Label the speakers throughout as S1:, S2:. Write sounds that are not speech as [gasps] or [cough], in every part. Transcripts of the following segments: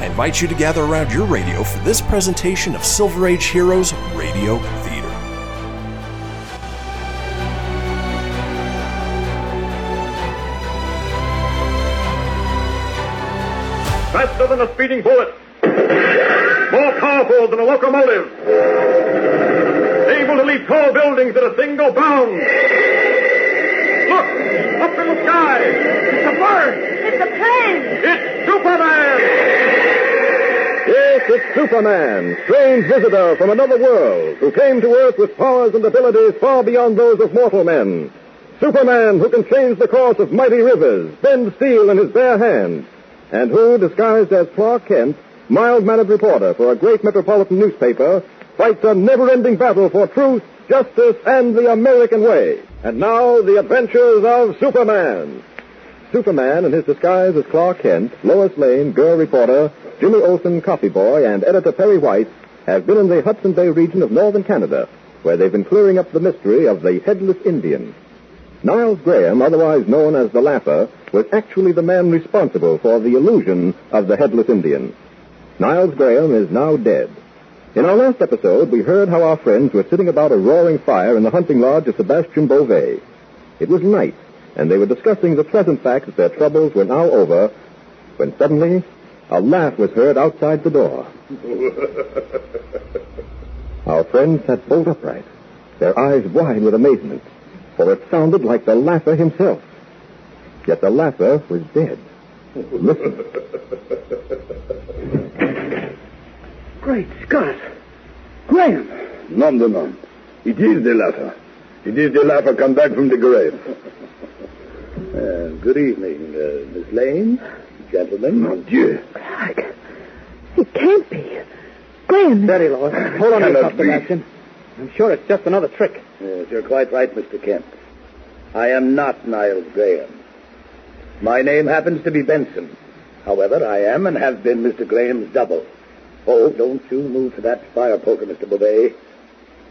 S1: I invite you to gather around your radio for this presentation of Silver Age Heroes Radio Theater.
S2: Faster than a speeding bullet. More powerful than a locomotive. Able to leap tall buildings at a single bound. Look! Up in the sky! It's a bird!
S3: It's a plane!
S2: It's Superman!
S4: Yes, it's Superman, strange visitor from another world, who came to Earth with powers and abilities far beyond those of mortal men. Superman, who can change the course of mighty rivers, bend steel in his bare hands, and who, disguised as Clark Kent, mild-mannered reporter for a great metropolitan newspaper, fights a never-ending battle for truth, justice, and the American way. And now, the adventures of Superman. Superman, in his disguise as Clark Kent, Lois Lane, girl reporter, Jimmy Olsen, coffee boy, and editor Perry White have been in the Hudson Bay region of northern Canada, where they've been clearing up the mystery of the headless Indian. Niles Graham, otherwise known as the Lapper, was actually the man responsible for the illusion of the headless Indian. Niles Graham is now dead. In our last episode, we heard how our friends were sitting about a roaring fire in the hunting lodge of Sebastian Beauvais. It was night, and they were discussing the pleasant fact that their troubles were now over when suddenly a laugh was heard outside the door. Our friends sat bolt upright, their eyes wide with amazement, for it sounded like the laugher himself. Yet the laugher was dead. Listen.
S5: Great Scott.
S6: Uh,
S3: [laughs]
S5: Graham.
S6: Non, non, non. It is the latter. It is the latter come back from the grave. Uh, good evening, uh, Miss Lane, gentlemen. Mon Dieu.
S5: Clark. It can't be. Graham. Steady, Lois. Hold on to
S6: Cannot
S5: yourself,
S6: be.
S5: Sebastian. I'm sure it's just another trick.
S6: Yes, you're quite right, Mr. Kent. I am not Niles Graham. My name happens to be Benson. However, I am and have been Mr. Graham's double. Oh, don't you move to that fire poker, Mr. Bobet,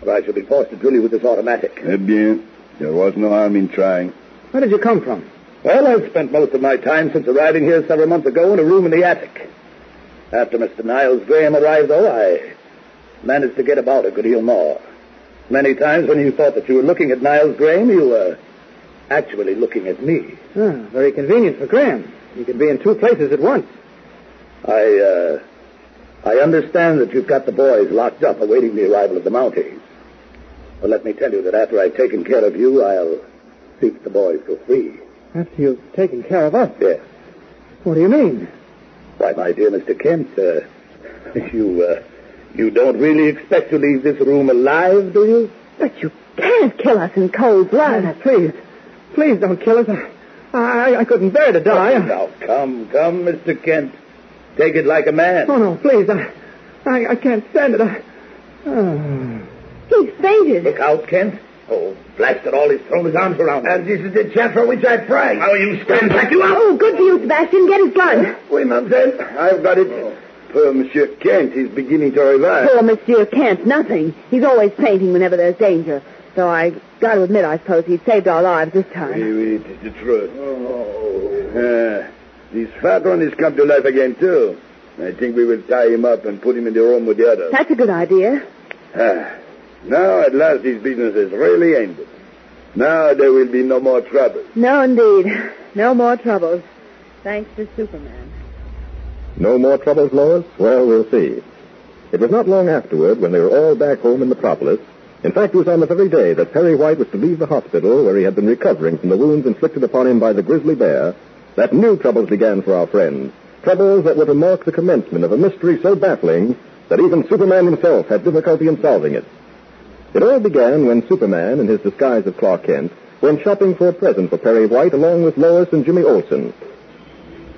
S6: or I shall be forced to drill you with this automatic. Eh bien, there was no harm in trying.
S5: Where did you come from?
S6: Well, I've spent most of my time since arriving here several months ago in a room in the attic. After Mr. Niles Graham arrived, though, I managed to get about a good deal more. Many times when you thought that you were looking at Niles Graham, you were actually looking at me.
S5: Ah, very convenient for Graham. He can be in two places at once.
S6: I, uh, I understand that you've got the boys locked up awaiting the arrival of the Mounties. But let me tell you that after I've taken care of you, I'll seek the boys for free.
S5: After you've taken care of us.
S6: Yes.
S5: What do you mean?
S6: Why, my dear Mr. Kent, uh, [laughs] you, uh, you don't really expect to leave this room alive, do you?
S3: But you can't kill us in cold blood.
S5: Now, please. Please don't kill us. I, I, I couldn't bear to die.
S6: Oh, now, come, come, Mr. Kent. Take it like a man.
S5: Oh, no, please. I, I, I can't stand it. I, Ah.
S3: He fainted.
S6: Look out, Kent. Oh, blast it all, he's thrown his arms around. And Uh, this is the chance for which I pray. Now you stand back, you out.
S3: Oh, good for you, Sebastian. Get his gun.
S6: Oui, mademoiselle. I've got it. Poor Monsieur Kent is beginning to revive.
S3: Poor Monsieur Kent, nothing. He's always fainting whenever there's danger. So I got to admit, I suppose he saved our lives this time.
S6: Oui, Eh oui, it is the truth.
S3: Oh.
S6: Uh, this fat one has come to life again, too. I think we will tie him up and put him in the room with the others.
S3: That's a good idea.
S6: Ah, now, at last, this business has really ended. Now there will be no more trouble.
S3: No, indeed. No more troubles. Thanks to Superman.
S4: No more troubles, Lois? Well, we'll see. It was not long afterward when they were all back home in Metropolis. In fact, it was on the very day that Perry White was to leave the hospital where he had been recovering from the wounds inflicted upon him by the grizzly bear that new troubles began for our friends. Troubles that were to mark the commencement of a mystery so baffling that even Superman himself had difficulty in solving it. It all began when Superman, in his disguise of Clark Kent, went shopping for a present for Perry White along with Lois and Jimmy Olsen.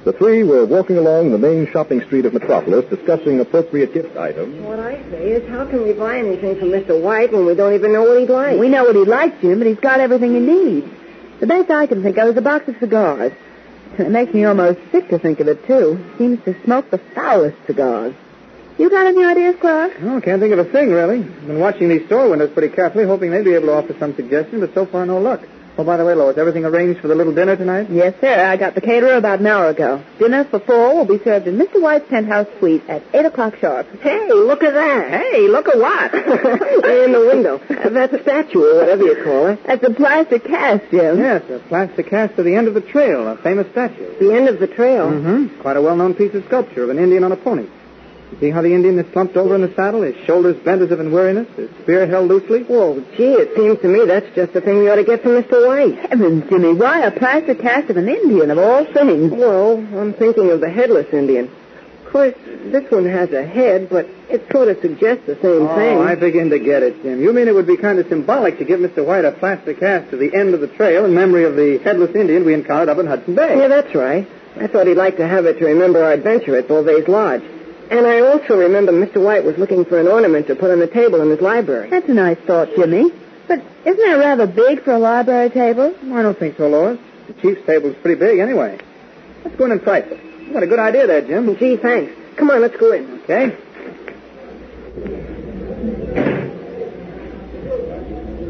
S4: The three were walking along the main shopping street of Metropolis discussing appropriate gift items.
S2: [laughs] What I say is, how can we buy anything from Mr. White when we don't even know what he'd like?
S3: We know what he likes, Jim, but he's got everything he needs. The best I can think of is a box of cigars. It makes me almost sick to think of it, too. Seems to smoke the foulest cigars. You got any ideas, Clark?
S6: Oh, can't think of a thing, really. Been watching these store windows pretty carefully, hoping they'd be able to offer some suggestion, but so far no luck. Oh, by the way, Lois, everything arranged for the little dinner tonight?
S3: Yes, sir. I got the caterer about an hour ago. Dinner for four will be served in Mr. White's penthouse suite at 8 o'clock sharp.
S2: Hey, look at that. Hey, look
S3: [laughs]
S2: at what? Way in the window. Uh, That's a statue or whatever you call it.
S3: That's a plastic cast, Jim.
S6: Yes, a plastic cast of the end of the trail, a famous statue.
S2: The end of the trail.
S6: Mm-hmm. Quite a well-known piece of sculpture of an Indian on a pony. You see how the Indian is slumped over in the saddle, his shoulders bent as if in weariness, his spear held loosely?
S2: Well, gee, it seems to me that's just the thing we ought to get from Mr. White.
S3: Heavens, Jimmy, why a plastic cast of an Indian of all things?
S2: Well, I'm thinking of the headless Indian. Of course, this one has a head, but it sort of suggests the same
S6: oh,
S2: thing.
S6: I begin to get it, Jim. You mean it would be kind of symbolic to give Mr. White a plastic cast of the end of the trail in memory of the headless Indian we encountered up in Hudson Bay?
S2: Yeah, that's right. I thought he'd like to have it to remember our adventure at Beauvais Lodge. And I also remember Mr. White was looking for an ornament to put on the table in his library.
S3: That's a nice thought, Jimmy. But isn't that rather big for a library table?
S6: I don't think so, Lois. The chief's table's pretty big anyway. Let's go in and try it. What a good idea there, Jim.
S2: Gee, thanks. Come on, let's go in.
S6: Okay.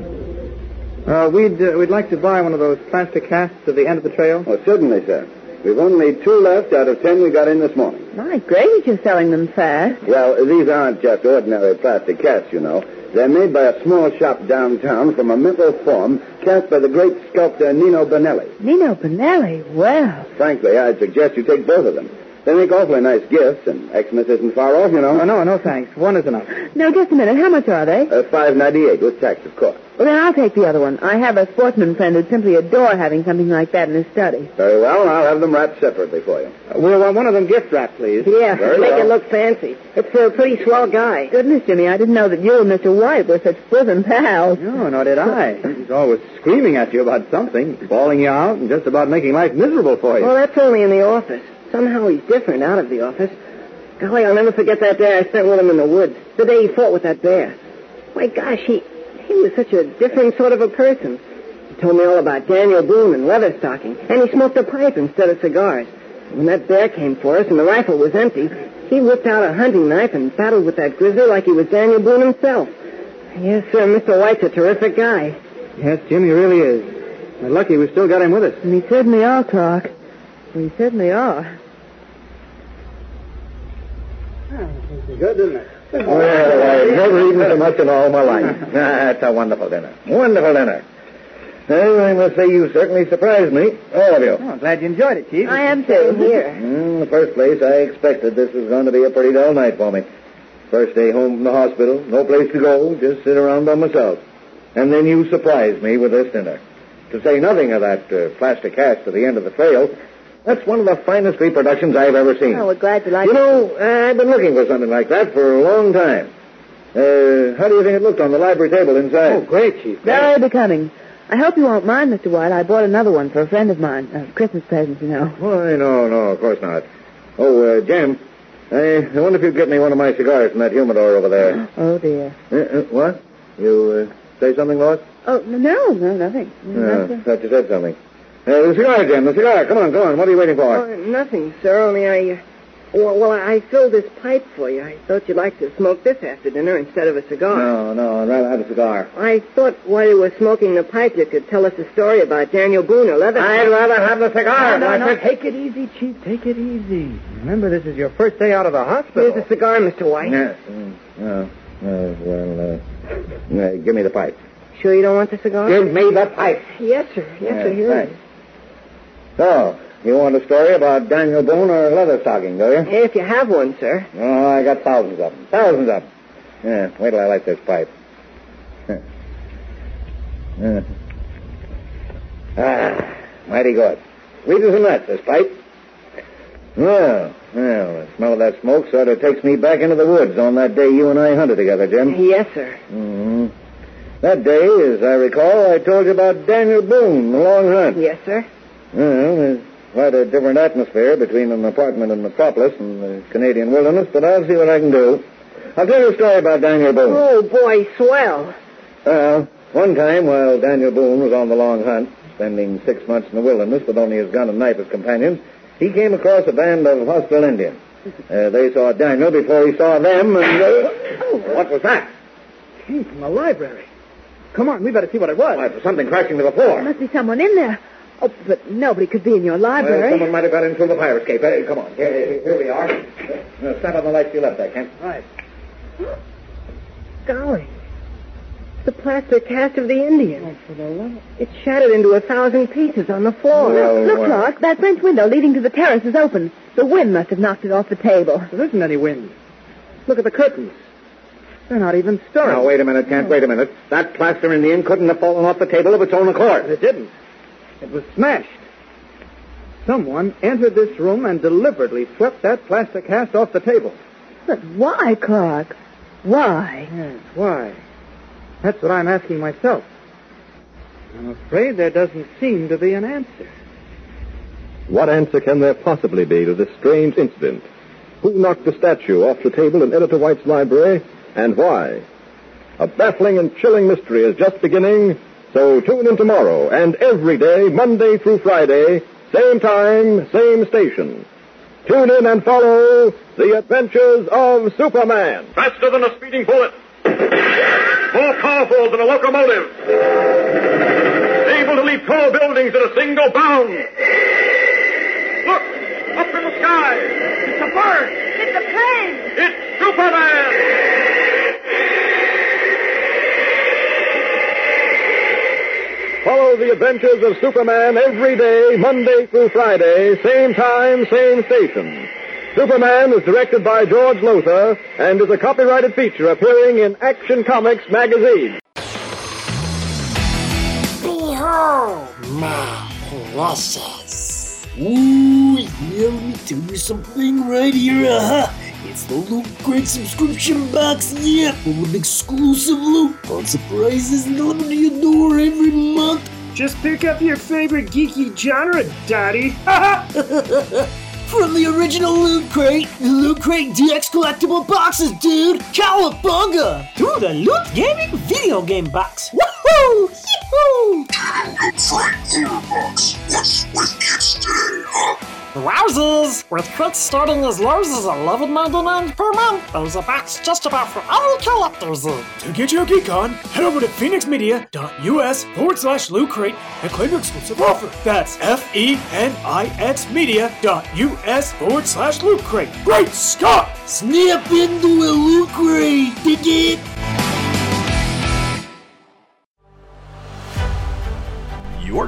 S6: Uh, we'd uh, we'd like to buy one of those plastic casts at the end of the trail.
S5: Oh, certainly, sir. We've only two left out of ten we got in this morning.
S3: My great, you're selling them fast.
S5: Well, these aren't just ordinary plastic casts, you know. They're made by a small shop downtown from a mental form cast by the great sculptor Nino Benelli.
S3: Nino Benelli? Well.
S5: Frankly, I'd suggest you take both of them. They make awfully nice gifts, and Xmas isn't far off, you know.
S6: Oh, no, no, thanks. One is enough.
S3: Now, just a minute. How much are they?
S5: Uh, Five ninety-eight with tax, of course.
S3: Well, then I'll take the other one. I have a sportsman friend who'd simply adore having something like that in his study.
S5: Very well. I'll have them wrapped separately for you.
S6: Uh, we'll want one of them gift wrapped, please.
S2: Yeah,
S5: Very
S2: make
S5: well.
S2: it look fancy. It's for a pretty swell guy.
S3: Goodness, Jimmy, I didn't know that you and Mr. White were such bosom pals.
S6: No, nor did I. He's always screaming at you about something, bawling you out, and just about making life miserable for you.
S2: Well, that's only in the office. Somehow he's different out of the office. Golly, I'll never forget that day I spent with him in the woods. The day he fought with that bear. My gosh, he he was such a different sort of a person. He told me all about Daniel Boone and Leatherstocking, and he smoked a pipe instead of cigars. When that bear came for us and the rifle was empty, he whipped out a hunting knife and battled with that grizzly like he was Daniel Boone himself. Yes, sir, Mr. White's a terrific guy.
S6: Yes, Jim, he really is. We're lucky we've still got him with us.
S3: We certainly are, Clark. We certainly are.
S6: Good, isn't it?
S5: Well, I've never eaten so much in all my life. [laughs] Ah, That's a wonderful dinner. Wonderful dinner. Well, I must say you certainly surprised me, all of you.
S6: Oh, I'm glad you enjoyed it, Chief.
S3: I am too.
S2: Here.
S5: Mm, In the first place, I expected this was going to be a pretty dull night for me. First day home from the hospital, no place to go, just sit around by myself. And then you surprised me with this dinner. To say nothing of that uh, plastic cast at the end of the trail, that's one of the finest reproductions I've ever seen.
S3: Oh, we're glad you like
S5: You
S3: it.
S5: know, I've been looking for something like that for a long time. Uh, how do you think it looked on the library table inside?
S6: Oh, great, Chief.
S3: Very becoming. I hope you won't mind, Mr. White. I bought another one for a friend of mine. A Christmas present, you know.
S5: Why, no, no, of course not. Oh, uh, Jim, I, I wonder if you'd get me one of my cigars from that humidor over there.
S3: Oh, dear.
S6: Uh-huh.
S5: Uh, uh, what? You uh, say something, Lois?
S3: Oh, no, no, nothing.
S5: Uh,
S6: Mm-hmm.
S5: thought you said something. Uh, the cigar, Jim, the cigar. Come on, come on. What are you waiting for?
S2: Oh, nothing, sir. Only I, uh, well, well, I filled this pipe for you. I thought you'd like to smoke this after dinner instead of a cigar.
S5: No, no, I'd rather have a cigar.
S2: I thought while you were smoking the pipe, you could tell us a story about Daniel Boone or Leather.
S5: rather have the cigar.
S6: Take it easy, Chief. Take it easy. Remember, this is your first day out of the hospital.
S2: Here's a cigar, Mr. White.
S5: Yes. mm, Oh, oh, well, uh, uh, give me the pipe.
S2: Sure you don't want the cigar?
S5: me the pipe.
S2: Yes, sir. Yes, sir. Here it is.
S5: Oh, You want a story about Daniel Boone or Leatherstocking, do you?
S2: If you have one, sir.
S5: Oh, I got thousands of them. Thousands of them. Yeah, wait till I light this pipe. [laughs] Yeah. ah, mighty good. Sweet as a nut, this pipe. Well, well, the smell of that smoke sort of takes me back into the woods on that day you and I hunted together, Jim.
S2: Yes, sir.
S5: hmm That day, as I recall, I told you about Daniel Boone, the long hunt.
S2: Yes, sir.
S5: Well, there's quite a different atmosphere between an apartment in Metropolis and the Canadian wilderness, but I'll see what I can do. I'll tell you a story about Daniel Boone.
S2: Oh, boy, swell.
S5: Well, Uh, one time while Daniel Boone was on the long hunt, spending six months in the wilderness with only his gun and knife as companions, he came across a band of hostile Indians. Uh, they saw Daniel before he saw them, and uh, what was that?
S3: Came from the library. Come on, we better see what it was.
S5: Why, it was something crashing to the floor.
S7: There must be someone in there. Oh, but nobody could be in your
S5: Well,
S7: library.
S5: someone might have got in through the fire escape. Hey, come on. Here, here- here we are. Uh, snap on the lights you left there, Kent.
S3: Right.
S2: Golly. The plaster cast of the Indian.
S3: Oh, for the love-
S2: It shattered into a thousand pieces on the floor.
S5: Well,
S7: Look,
S5: well.
S7: Clark, that French window leading to the terrace is open. The wind must have knocked it off the table.
S3: There isn't any wind. Look at the curtains. They're not even stirring.
S5: Now, wait a minute, Kent. Wait a minute. That plaster in the inn couldn't have fallen off the table of its own accord.
S3: It didn't. It was smashed. Someone entered this room and deliberately swept that plastic cast off the table.
S7: But why, Clark? Why?
S3: Yes, why? That's what I'm asking myself. I'm afraid there doesn't seem to be an answer.
S5: What answer can there possibly be to this strange incident? Who knocked the statue off the table in Editor White's library, and why? A baffling and chilling mystery is just beginning, so tune in tomorrow and every day, Monday through Friday, same time, same station. Tune in and follow The Adventures of Superman.
S8: faster than a speeding bullet, more powerful than a locomotive, able to leap tall buildings in a single bound. Look, up in the sky, it's a bird. It's a plane. It's Superman.
S5: Follow the adventures of Superman every day, Monday through Friday, same time, same station. Superman is directed by George Lothar and is a copyrighted feature appearing in Action Comics magazine.
S9: Behold my process. Ooh, yeah, let me tell you something right here. Uh-huh. It's the Loot Crate subscription box, yeah, full of exclusive loot, fun surprises delivered to your door every month.
S10: Just pick up your favorite geeky genre, Daddy. [laughs]
S9: From the original Loot Crate, the Loot Crate DX collectible boxes, dude! Cowabunga!
S10: To the Loot Gaming video game box.
S9: Woohoo! Yee-hoo!
S10: Wowzers! With crits starting as low as 11.99 per month, there's a box just about for all collectors. To get your geek on, head over to phoenixmedia.us forward slash loot crate and claim your exclusive offer. That's E F-E-N-I-X media.us forward slash loot crate. Great Scott!
S9: Snap into a Loot Crate! Dig it!
S1: You're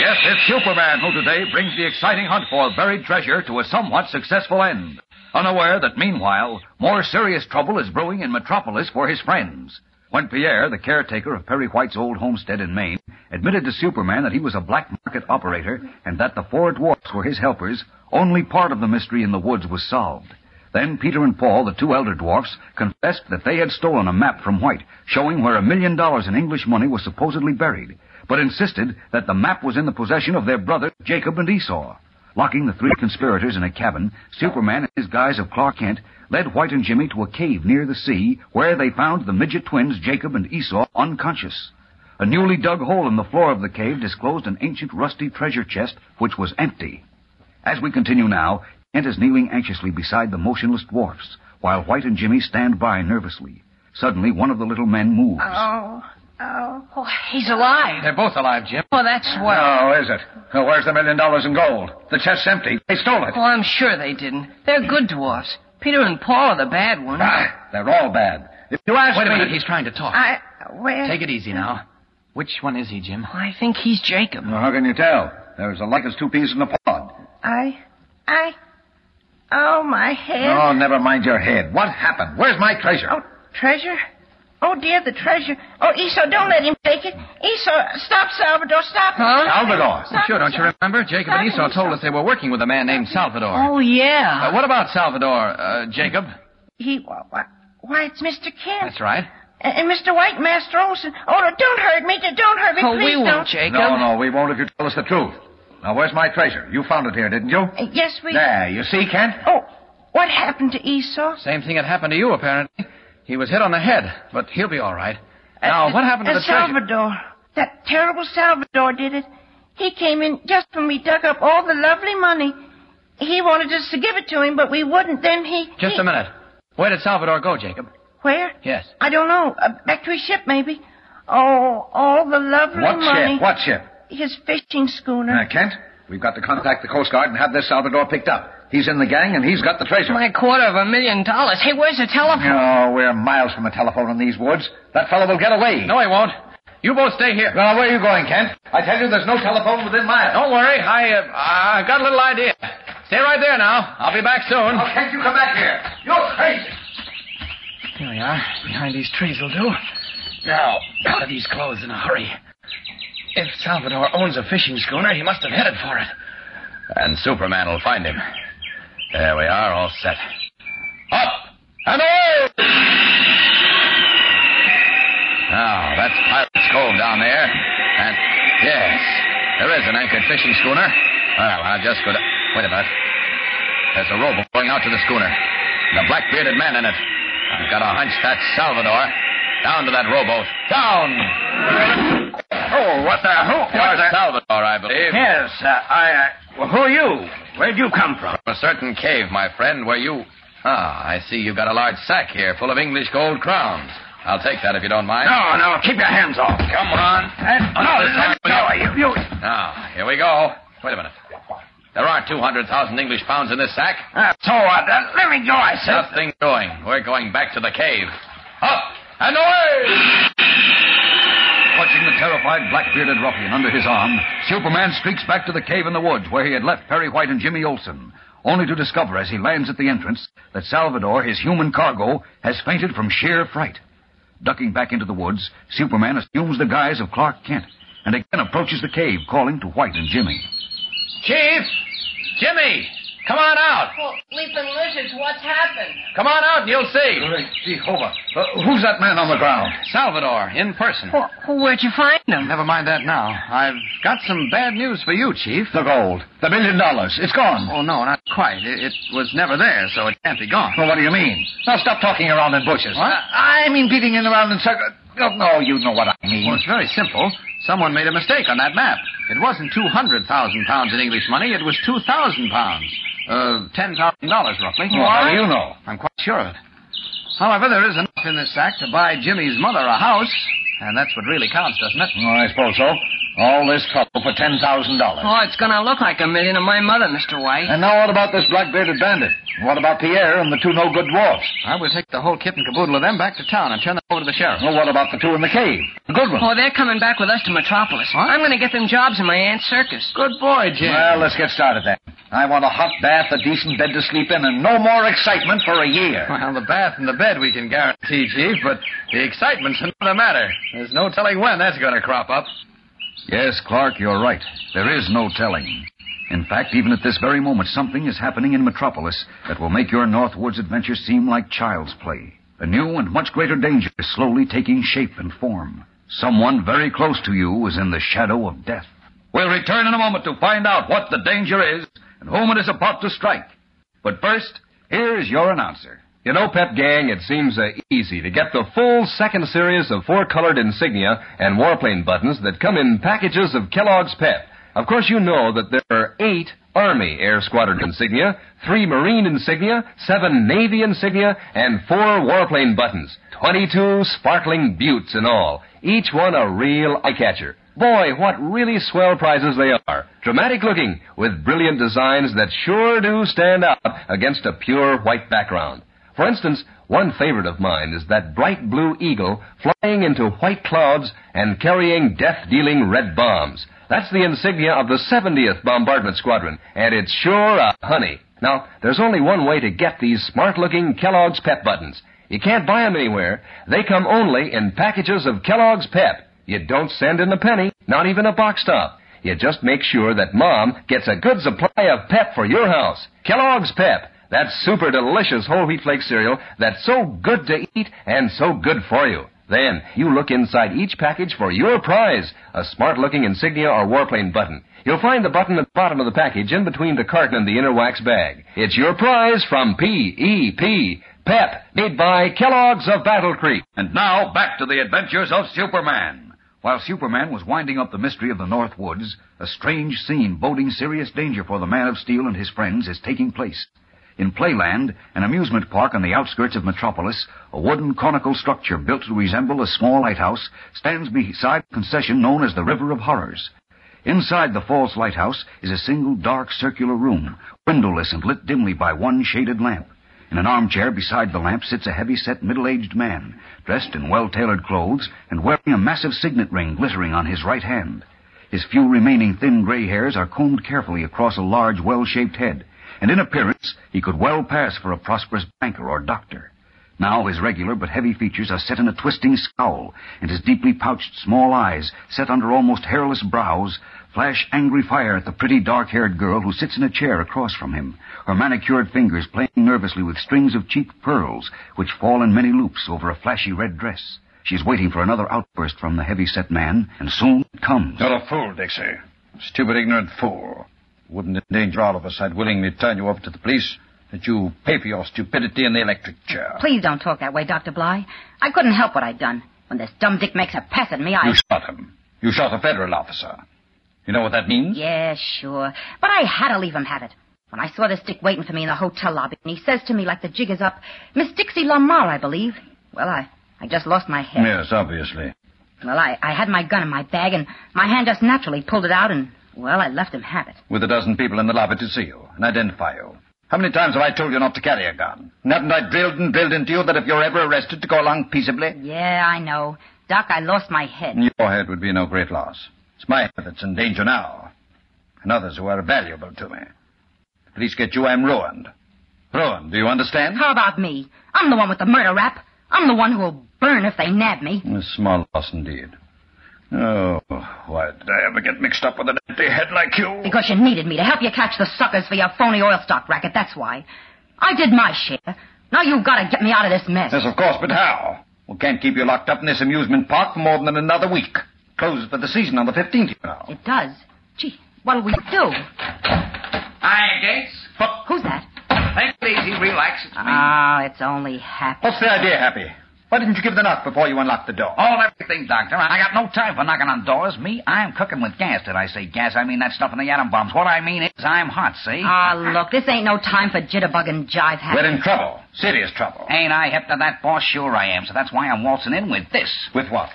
S8: Yes, it's Superman who today brings the exciting hunt for buried treasure to a somewhat successful end, unaware that meanwhile, more serious trouble is brewing in Metropolis for his friends. When Pierre, the caretaker of Perry White's old homestead in Maine, admitted to Superman that he was a black market operator and that the four dwarfs were his helpers, only part of the mystery in the woods was solved. Then Peter and Paul, the two elder dwarfs, confessed that they had stolen a map from White, showing where a million dollars in English money was supposedly buried, but insisted that the map was in the possession of their brothers Jacob and Esau. Locking the three conspirators in a cabin, Superman, in his guise of Clark Kent, led White and Jimmy to a cave near the sea, where they found the midget twins Jacob and Esau unconscious. A newly dug hole in the floor of the cave disclosed an ancient rusty treasure chest, which was empty. As we continue now, enters kneeling anxiously beside the motionless dwarfs, while White and Jimmy stand by nervously. Suddenly, one of the little men moves.
S11: Oh, oh, oh, he's alive.
S12: They're both alive, Jim.
S11: Oh, that's swell.
S12: Oh, is it? Well, where's the million dollars in gold? The chest's empty. They stole it.
S11: Oh, I'm sure they didn't. They're good dwarfs. Peter and Paul are the bad ones.
S12: Ah, they're all bad. If you ask
S13: Wait a
S12: me...
S13: minute, he's trying to talk.
S11: I, well,
S13: Take it easy now. Which one is he, Jim?
S11: I think he's Jacob.
S12: Well, how can you tell? There's a like as two peas in a pod.
S11: I, I, oh, my head.
S12: Oh, never mind your head. What happened? Where's my treasure?
S11: Oh, treasure? Oh, dear, the treasure. Oh, Esau, don't let him take it. Esau, stop, Salvador, stop.
S12: Huh? Salvador.
S11: Stop
S13: sure, don't you
S11: Esau.
S13: remember? Jacob and Esau told us they were working with a man named Salvador.
S11: Oh, yeah.
S13: Uh, what about Salvador, uh, Jacob?
S11: He, why, why, it's Mr. Kent.
S13: That's right.
S11: And, and Mr. White, Master Olson. Oh, no, don't hurt me. Don't hurt me.
S12: Oh,
S11: Please
S12: we won't,
S11: don't.
S12: Jacob. No, no, we won't if you tell us the truth. Now, where's my treasure? You found it here, didn't you?
S11: Uh, Yes, we.
S12: There, you see, Kent?
S11: Oh, what happened to Esau?
S13: Same thing that happened to you, apparently. He was hit on the head, but he'll be all right. Now, what happened to
S11: Uh,
S13: the treasure?
S11: Salvador. That terrible Salvador did it. He came in just when we dug up all the lovely money. He wanted us to give it to him, but we wouldn't. Then he.
S13: Just
S11: he-
S13: a minute. Where did Salvador go, Jacob?
S11: Where?
S13: Yes.
S11: I don't know. Uh, back to his ship, maybe. Oh, all the lovely
S12: What
S11: money.
S12: ship? What ship?
S11: His fishing schooner.
S12: Uh, Kent, we've got to contact the Coast Guard and have this Salvador picked up. He's in the gang and he's got the treasure.
S11: My quarter of a million dollars. Hey, where's the telephone?
S12: Oh, we're miles from a telephone in these woods. That fellow will get away.
S13: No, he won't. You both stay here.
S12: Now, where are you going, Kent? I tell you, there's no telephone within miles.
S13: Don't worry. I, uh, I've got a little idea. Stay right there now. I'll be back soon.
S12: Now, Kent, you come back here. You're crazy.
S13: Here we are. Behind these trees will do. Now, out of these clothes in a hurry. If Salvador owns a fishing schooner, he must have headed for it. And Superman will find him. There we are, all set. Up and away! Now, that's Pirate's Cove down there. And, yes, there is an anchored fishing schooner. Well, I'll just go to... Wait a minute. There's a rowboat going out to the schooner. And a black-bearded man in it. I've got a hunch that's Salvador. Down to that rowboat. Down!
S12: Oh, what the who?
S13: You're Salvador, I believe.
S12: Yes, uh, I. Uh, well, who are you? Where'd you come from?
S13: From a certain cave, my friend, where you... Ah, I see you've got a large sack here full of English gold crowns. I'll take that if you don't mind.
S12: No, no, keep your hands off.
S13: Come on.
S12: And, no,
S13: Another
S12: let me go.
S13: time.
S12: You, you.
S13: Now, here we go. Wait a minute. There are 200,000 English pounds in this sack.
S12: Uh, so what? Uh, let me go, I said.
S13: Nothing doing. We're going back to the cave. Up and away!
S8: Clutching the terrified black-bearded ruffian under his arm, Superman streaks back to the cave in the woods where he had left Perry White and Jimmy Olsen, only to discover as he lands at the entrance that Salvador, his human cargo, has fainted from sheer fright. Ducking back into the woods, Superman assumes the guise of Clark Kent and again approaches the cave, calling to White and Jimmy.
S13: Chief! Jimmy! Come on out!
S11: Oh, leaping lizards, what's happened?
S13: Come on out and you'll see.
S12: Great Jehovah. Uh, who's that man on the ground?
S13: Salvador, in person.
S11: where'd you find him?
S13: Never mind that now. I've got some bad news for you, Chief.
S12: The gold. The million dollars. It's gone.
S13: Oh, no, not quite. It, it was never there, so it can't be gone.
S12: Well, what do you mean? Now stop talking around in bushes.
S13: What?
S12: I I mean beating in around in circles. No, no, you know what I mean.
S13: Well, it's very simple. Someone made a mistake on that map. It wasn't 200,000 pounds in English money. It was 2,000 pounds. Uh, $10,000 roughly.
S12: Well, how do you know?
S13: I'm quite sure of it. However, there is enough in this sack to buy Jimmy's mother a house, and that's what really counts, doesn't it?
S12: Oh, I suppose so. All this trouble for ten thousand dollars.
S11: Oh, it's gonna look like a million to my mother, Mr. White.
S12: And now what about this black-bearded bandit? What about Pierre and the two no-good dwarfs?
S13: I will take the whole kit and caboodle of them back to town and turn them over to the sheriff.
S12: Well, what about the two in the cave? The good ones.
S11: Oh, they're coming back with us to Metropolis. I'm gonna get them jobs in my aunt's circus.
S13: Good boy, Jim.
S12: Well, let's get started then. I want a hot bath, a decent bed to sleep in, and no more excitement for a year.
S13: Well, the bath and the bed we can guarantee, Chief, but the excitement's another matter. There's no telling when that's going to crop up.
S8: Yes, Clark, you're right. There is no telling. In fact, even at this very moment, something is happening in Metropolis that will make your Northwoods adventure seem like child's play. A new and much greater danger is slowly taking shape and form. Someone very close to you is in the shadow of death. We'll return in a moment to find out what the danger is and whom it is about to strike. But first, here's your announcer.
S14: You know, Pep Gang, it seems uh, easy to get the full second series of four colored insignia and warplane buttons that come in packages of Kellogg's Pep. Of course, you know that there are eight Army Air Squadron insignia, three Marine insignia, seven Navy insignia, and four warplane buttons. 22 sparkling buttes in all, each one a real eye catcher. Boy, what really swell prizes they are. Dramatic looking, with brilliant designs that sure do stand out against a pure white background. For instance, one favorite of mine is that bright blue eagle flying into white clouds and carrying death dealing red bombs. That's the insignia of the 70th Bombardment Squadron, and it's sure a honey. Now, there's only one way to get these smart looking Kellogg's Pep buttons. You can't buy them anywhere. They come only in packages of Kellogg's Pep. You don't send in a penny, not even a box top. You just make sure that Mom gets a good supply of Pep for your house. Kellogg's Pep. That super delicious whole wheat flake cereal that's so good to eat and so good for you. Then you look inside each package for your prize, a smart looking insignia or warplane button. You'll find the button at the bottom of the package in between the carton and the inner wax bag. It's your prize from P.E.P. Pep, made by Kellogg's of Battle Creek.
S8: And now back to the adventures of Superman. While Superman was winding up the mystery of the North Woods, a strange scene boding serious danger for the Man of Steel and his friends is taking place. In Playland, an amusement park on the outskirts of Metropolis, a wooden conical structure built to resemble a small lighthouse stands beside a concession known as the River of Horrors. Inside the false lighthouse is a single dark circular room, windowless and lit dimly by one shaded lamp. In an armchair beside the lamp sits a heavy-set middle-aged man, dressed in well-tailored clothes and wearing a massive signet ring glittering on his right hand. His few remaining thin gray hairs are combed carefully across a large, well-shaped head and in appearance he could well pass for a prosperous banker or doctor. Now his regular but heavy features are set in a twisting scowl, and his deeply pouched small eyes, set under almost hairless brows, flash angry fire at the pretty dark-haired girl who sits in a chair across from him, her manicured fingers playing nervously with strings of cheap pearls, which fall in many loops over a flashy red dress. She's waiting for another outburst from the heavy-set man, and soon it comes.
S4: You're a fool, Dixie. Stupid, ignorant fool wouldn't endanger all of us, I'd willingly turn you over to the police. That you pay for your stupidity in the electric chair.
S15: Please don't talk that way, Dr. Bly. I couldn't help what I'd done. When this dumb dick makes a pass at me, I.
S4: You shot him. You shot a federal officer. You know what that means?
S15: Yeah, sure. But I had to leave him have it. When I saw this dick waiting for me in the hotel lobby, and he says to me like the jig is up, Miss Dixie Lamar, I believe. Well, I, I just lost my head.
S4: Yes, obviously.
S15: Well, I, I had my gun in my bag, and my hand just naturally pulled it out, and well, I left him have it.
S4: With a dozen people in the lobby to see you and identify you. How many times have I told you not to carry a gun? And haven't I drilled and drilled into you that if you're ever arrested to go along peaceably?
S15: Yeah, I know. Doc, I lost my head.
S4: Your head would be no great loss. It's my head that's in danger now. And others who are valuable to me. If police get you, I'm ruined. Ruined, do you understand?
S15: How about me? I'm the one with the murder rap. I'm the one who'll burn if they nab me.
S4: A small loss indeed. Oh, why did I ever get mixed up with an empty head like you?
S15: Because you needed me to help you catch the suckers for your phony oil stock racket, that's why. I did my share. Now you've got to get me out of this mess.
S4: Yes, of course, but how? We can't keep you locked up in this amusement park for more than another week. Closes for the season on the 15th, you know.
S15: It does. Gee, what'll we do?
S16: Hi, Gates.
S15: Who's that?
S16: Take it easy, relax. It's me.
S15: Oh, it's only Happy.
S4: What's the idea, Happy? Why didn't you give the knock before you unlocked the door?
S16: All everything, Doctor. I got no time for knocking on doors. Me, I'm cooking with gas. Did I say gas? I mean that stuff in the atom bombs. What I mean is I'm hot, see?
S15: Ah, uh, look, this ain't no time for jitterbug and jive hacking.
S4: [laughs] We're in trouble. Serious trouble.
S16: Ain't I hip to that, boss? Sure I am. So that's why I'm waltzing in with this.
S4: With what?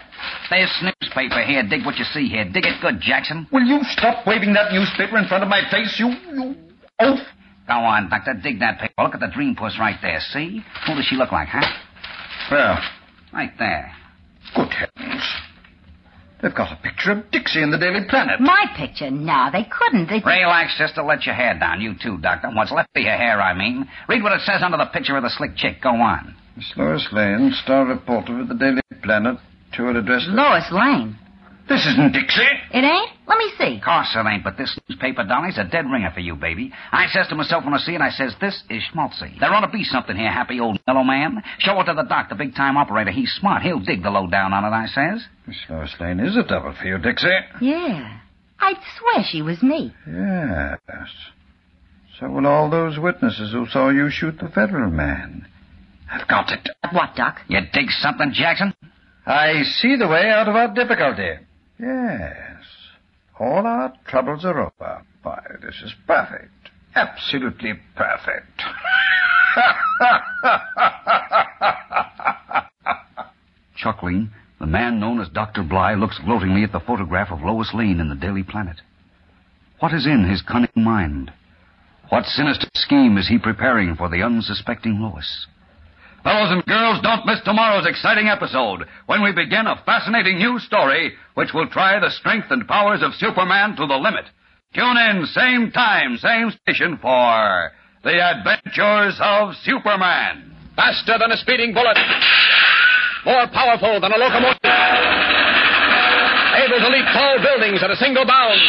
S16: This newspaper here. Dig what you see here. Dig it good, Jackson.
S4: Will you stop waving that newspaper in front of my face, you... you... oaf?
S16: Go on, Doctor. Dig that paper. Look at the dream puss right there. See? Who does she look like, huh?
S4: Where?
S16: Right there.
S4: Good heavens. They've got a picture of Dixie in the Daily Planet.
S15: My picture? No, they couldn't. They...
S16: Relax, sister. Let your hair down. You too, Doctor. What's left of your hair, I mean. Read what it says under the picture of the slick chick. Go on.
S4: Miss Lois Lane, star reporter of the Daily Planet, to her address.
S15: Lois Lane?
S4: This isn't Dixie.
S15: It ain't? Let me see.
S16: Of course it ain't, but this newspaper, Dolly's a dead ringer for you, baby. I says to myself when I see it, I says, this is schmaltzy. There ought to be something here, happy old yellow man. Show it to the doc, the big-time operator. He's smart. He'll dig the lowdown on it, I says.
S4: Miss Lois Lane is a double for you, Dixie.
S15: Yeah. I'd swear she was me.
S4: Yes. So will all those witnesses who saw you shoot the federal man.
S16: I've got it.
S15: What, Doc?
S16: You dig something, Jackson?
S4: I see the way out of our difficulty. Yes.
S8: All our troubles are over. Why, this is perfect. Absolutely perfect.
S17: Chuckling, the man known as Dr. Bly looks gloatingly at the photograph of Lois Lane in the Daily Planet. What is in his cunning mind? What sinister scheme is he preparing for the unsuspecting Lois?
S18: Fellows and girls, don't miss tomorrow's exciting episode when we begin a fascinating new story which will try the strength and powers of Superman to the limit. Tune in same time, same station for The Adventures of
S12: [laughs]
S18: Superman.
S12: Faster than a speeding bullet. More powerful than a locomotive. Able to leap tall buildings at a single bound.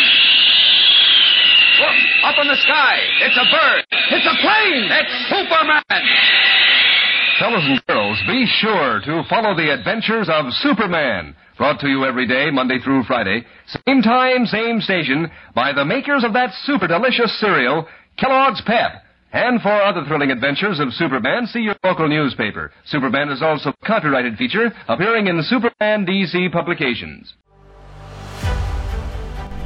S18: Look, up in the sky, it's a bird.
S12: It's a plane.
S18: It's Superman.
S14: Fellas and girls, be sure to follow the adventures of Superman, brought to you every day, Monday through Friday, same time, same station, by the makers of that super delicious cereal, Kellogg's Pep. And for other thrilling adventures of Superman, see your local newspaper. Superman is also a copyrighted feature appearing in Superman DC publications.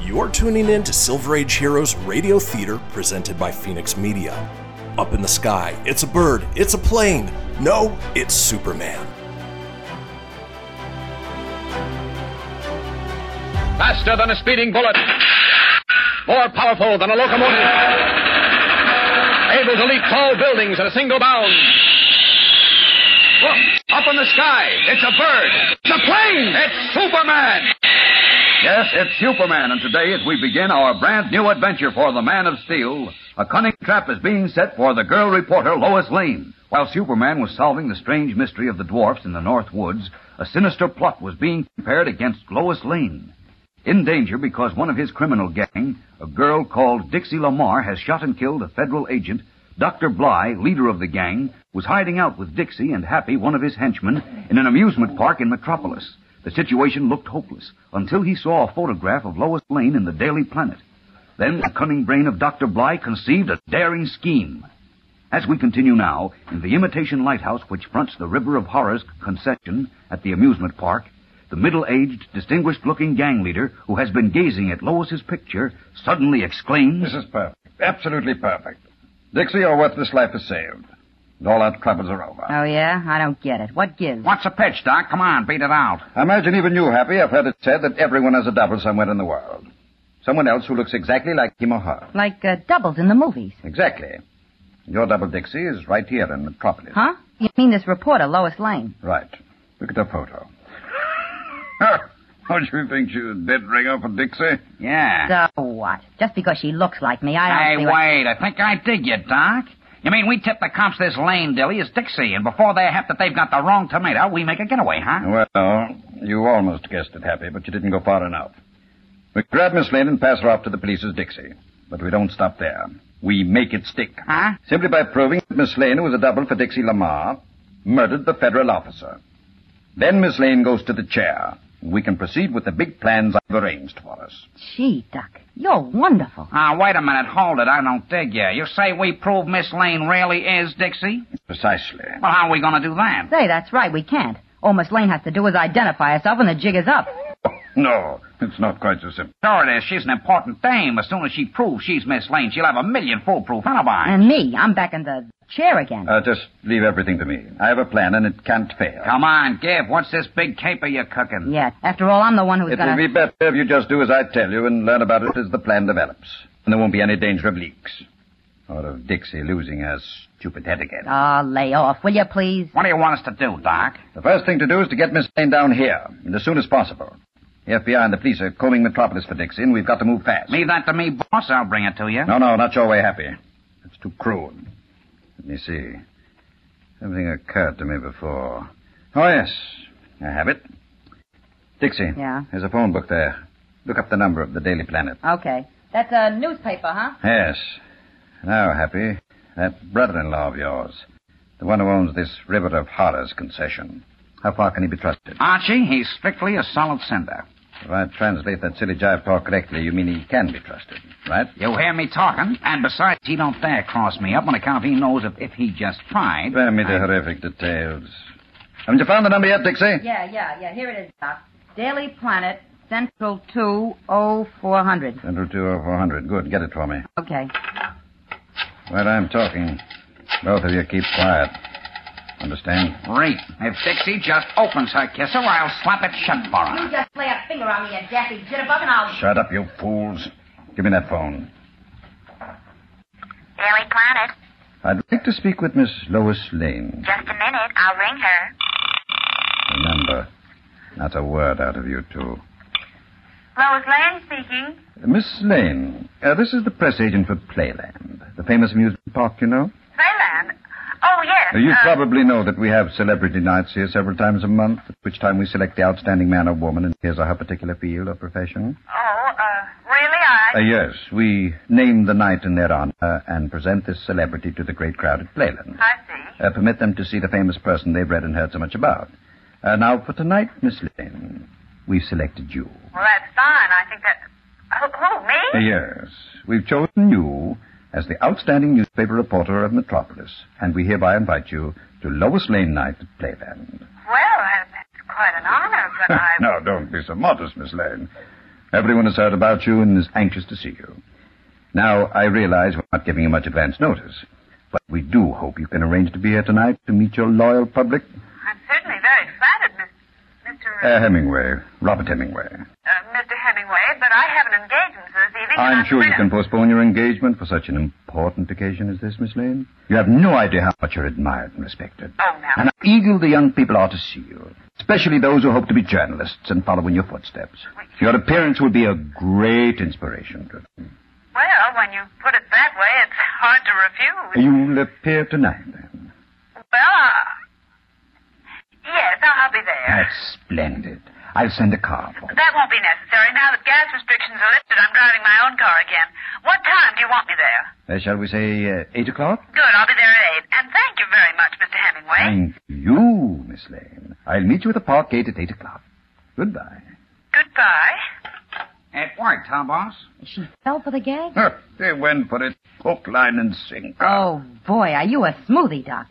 S1: You're tuning in to Silver Age Heroes Radio Theater presented by Phoenix Media. Up in the sky, it's a bird, it's a plane. No, it's Superman.
S12: Faster than a speeding bullet. More powerful than a locomotive. Able to leap tall buildings at a single bound.
S18: Look, up in the sky, it's a bird.
S12: It's a plane.
S18: It's Superman. Yes, it's Superman, and today as we begin our brand new adventure for the Man of Steel, a cunning trap is being set for the girl reporter Lois Lane. While Superman was solving the strange mystery of the dwarfs in the North Woods, a sinister plot was being prepared against Lois Lane. In danger because one of his criminal gang, a girl called Dixie Lamar, has shot and killed a federal agent, Dr. Bly, leader of the gang, was hiding out with Dixie and Happy, one of his henchmen, in an amusement park in Metropolis. The situation looked hopeless until he saw a photograph of Lois Lane in the Daily Planet. Then the cunning brain of Dr. Bly conceived a daring scheme. As we continue now, in the imitation lighthouse which fronts the River of Horrors concession at the amusement park, the middle-aged, distinguished-looking gang leader who has been gazing at Lois's picture suddenly exclaims,
S8: This is perfect. Absolutely perfect. Dixie, you're worth this life is saved. And all our troubles are over.
S15: Oh, yeah? I don't get it. What gives?
S19: What's the pitch, Doc? Come on, beat it out.
S8: I imagine even you, Happy, have heard it said that everyone has a double somewhere in the world. Someone else who looks exactly like him or her.
S15: Like uh, doubles in the movies.
S8: Exactly. Your double Dixie is right here in Metropolis.
S15: Huh? You mean this reporter, Lois Lane?
S8: Right. Look at her photo. [laughs] Don't you think she's a dead ringer for Dixie?
S19: Yeah.
S15: So what? Just because she looks like me, I
S19: Hey,
S15: don't see what-
S19: wait. I think I dig you, Doc. You mean we tip the cops this Lane dilly is Dixie, and before they have that they've got the wrong tomato, we make a getaway, huh?
S8: Well, you almost guessed it, Happy, but you didn't go far enough. We grab Miss Lane and pass her off to the police as Dixie. But we don't stop there. We make it stick.
S19: Huh?
S8: Simply by proving that Miss Lane, who was a double for Dixie Lamar, murdered the federal officer. Then Miss Lane goes to the chair. We can proceed with the big plans I've arranged for us.
S15: Gee, Doc, you're wonderful.
S19: Ah, wait a minute. Hold it. I don't dig you. You say we prove Miss Lane really is Dixie?
S8: Precisely.
S19: Well, how are we going to do that?
S15: Say, that's right, we can't. All Miss Lane has to do is identify herself, and the jig is up.
S8: No, it's not quite so simple.
S19: Sure it is. She's an important dame. As soon as she proves she's Miss Lane, she'll have a million foolproof alibis.
S15: And me, I'm back in the chair again.
S8: Uh, just leave everything to me. I have a plan, and it can't fail.
S19: Come on, give. What's this big caper you're cooking?
S15: Yeah, after all, I'm the one who's
S8: It
S15: gonna.
S8: will be better if you just do as I tell you and learn about it as the plan develops. And there won't be any danger of leaks. Or of Dixie losing her stupid head again.
S15: Ah, lay off, will you please?
S19: What do you want us to do, Doc?
S8: The first thing to do is to get Miss Lane down here, and as soon as possible. The FBI and the police are combing Metropolis for Dixie, and we've got to move fast.
S19: Leave that to me, boss. I'll bring it to you.
S8: No, no, not your way, Happy. It's too crude. Let me see. Something occurred to me before. Oh, yes. I have it. Dixie.
S15: Yeah.
S8: There's a phone book there. Look up the number of the Daily Planet.
S15: Okay. That's a newspaper, huh?
S8: Yes. Now, Happy, that brother in law of yours, the one who owns this River of Horrors concession, how far can he be trusted?
S19: Archie, he's strictly a solid sender.
S8: If I translate that silly jive talk correctly, you mean he can be trusted, right?
S19: You hear me talking? And besides, he don't dare cross me up on account he knows if, if he just tried.
S8: Spare me the horrific details. Haven't you found the number yet, Dixie?
S15: Yeah, yeah, yeah. Here it is, Doc. uh, Daily Planet, Central 20400.
S8: Central 20400. Good. Get it for me.
S15: Okay.
S8: While I'm talking, both of you keep quiet. Understand?
S12: Great. If Dixie just opens her kisser, I'll slap it shut for her.
S15: You just lay a finger on me, you daffy jitterbug, and I'll.
S8: Shut up, you fools. Give me that phone.
S20: Daily Planet.
S8: I'd like to speak with Miss Lois Lane.
S20: Just a minute. I'll ring her.
S8: Remember, not a word out of you two.
S20: Lois Lane speaking.
S8: Miss Lane, uh, this is the press agent for Playland, the famous amusement park, you know.
S20: Playland? Oh, yes. [laughs]
S8: You
S20: uh,
S8: probably know that we have celebrity nights here several times a month, at which time we select the outstanding man or woman in his or her particular field or profession.
S20: Oh, uh, really? I.
S8: Uh, yes, we name the night in their honor and present this celebrity to the great crowd at Playland.
S20: I see.
S8: Uh, permit them to see the famous person they've read and heard so much about. Uh, now, for tonight, Miss Lane, we've selected you.
S20: Well, that's fine. I think that. oh, Who, who me?
S8: Uh, yes, we've chosen you as the outstanding newspaper reporter of Metropolis, and we hereby invite you to Lois Lane Night at Playland.
S20: Well, uh, that's quite an honor,
S13: [laughs]
S20: but I.
S8: now, don't be so modest, Miss Lane. Everyone has heard about you and is anxious to see you. Now, I realize we're not giving you much advance notice, but we do hope you can arrange to be here tonight to meet your loyal public.
S20: I'm certainly very flattered, Miss, Mr.
S8: Uh, Hemingway, Robert Hemingway.
S20: uh, Mr. Hemingway, but I have an engagement for this evening.
S8: I'm sure you can postpone your engagement for such an important occasion as this, Miss Lane. You have no idea how much you're admired and respected.
S20: Oh, now.
S8: And how eager the young people are to see you, especially those who hope to be journalists and follow in your footsteps. Your appearance will be a great inspiration to them.
S20: Well, when you put it that way, it's hard to refuse.
S8: You'll appear tonight, then.
S20: Well, uh, yes, I'll be there.
S8: That's splendid. I'll send a car for you.
S20: That won't be necessary. Now that gas restrictions are lifted, I'm driving my own car again. What time do you want me there?
S8: Uh, shall we say uh, 8 o'clock?
S20: Good, I'll be there at 8. And thank you very much, Mr. Hemingway.
S8: Thank you, Miss Lane. I'll meet you at the park gate at 8 o'clock. Goodbye.
S20: Goodbye.
S12: It worked, huh, boss?
S15: She fell for the gag?
S8: they went for it hook, line, and sinker.
S15: Oh, boy, are you a smoothie, Doc.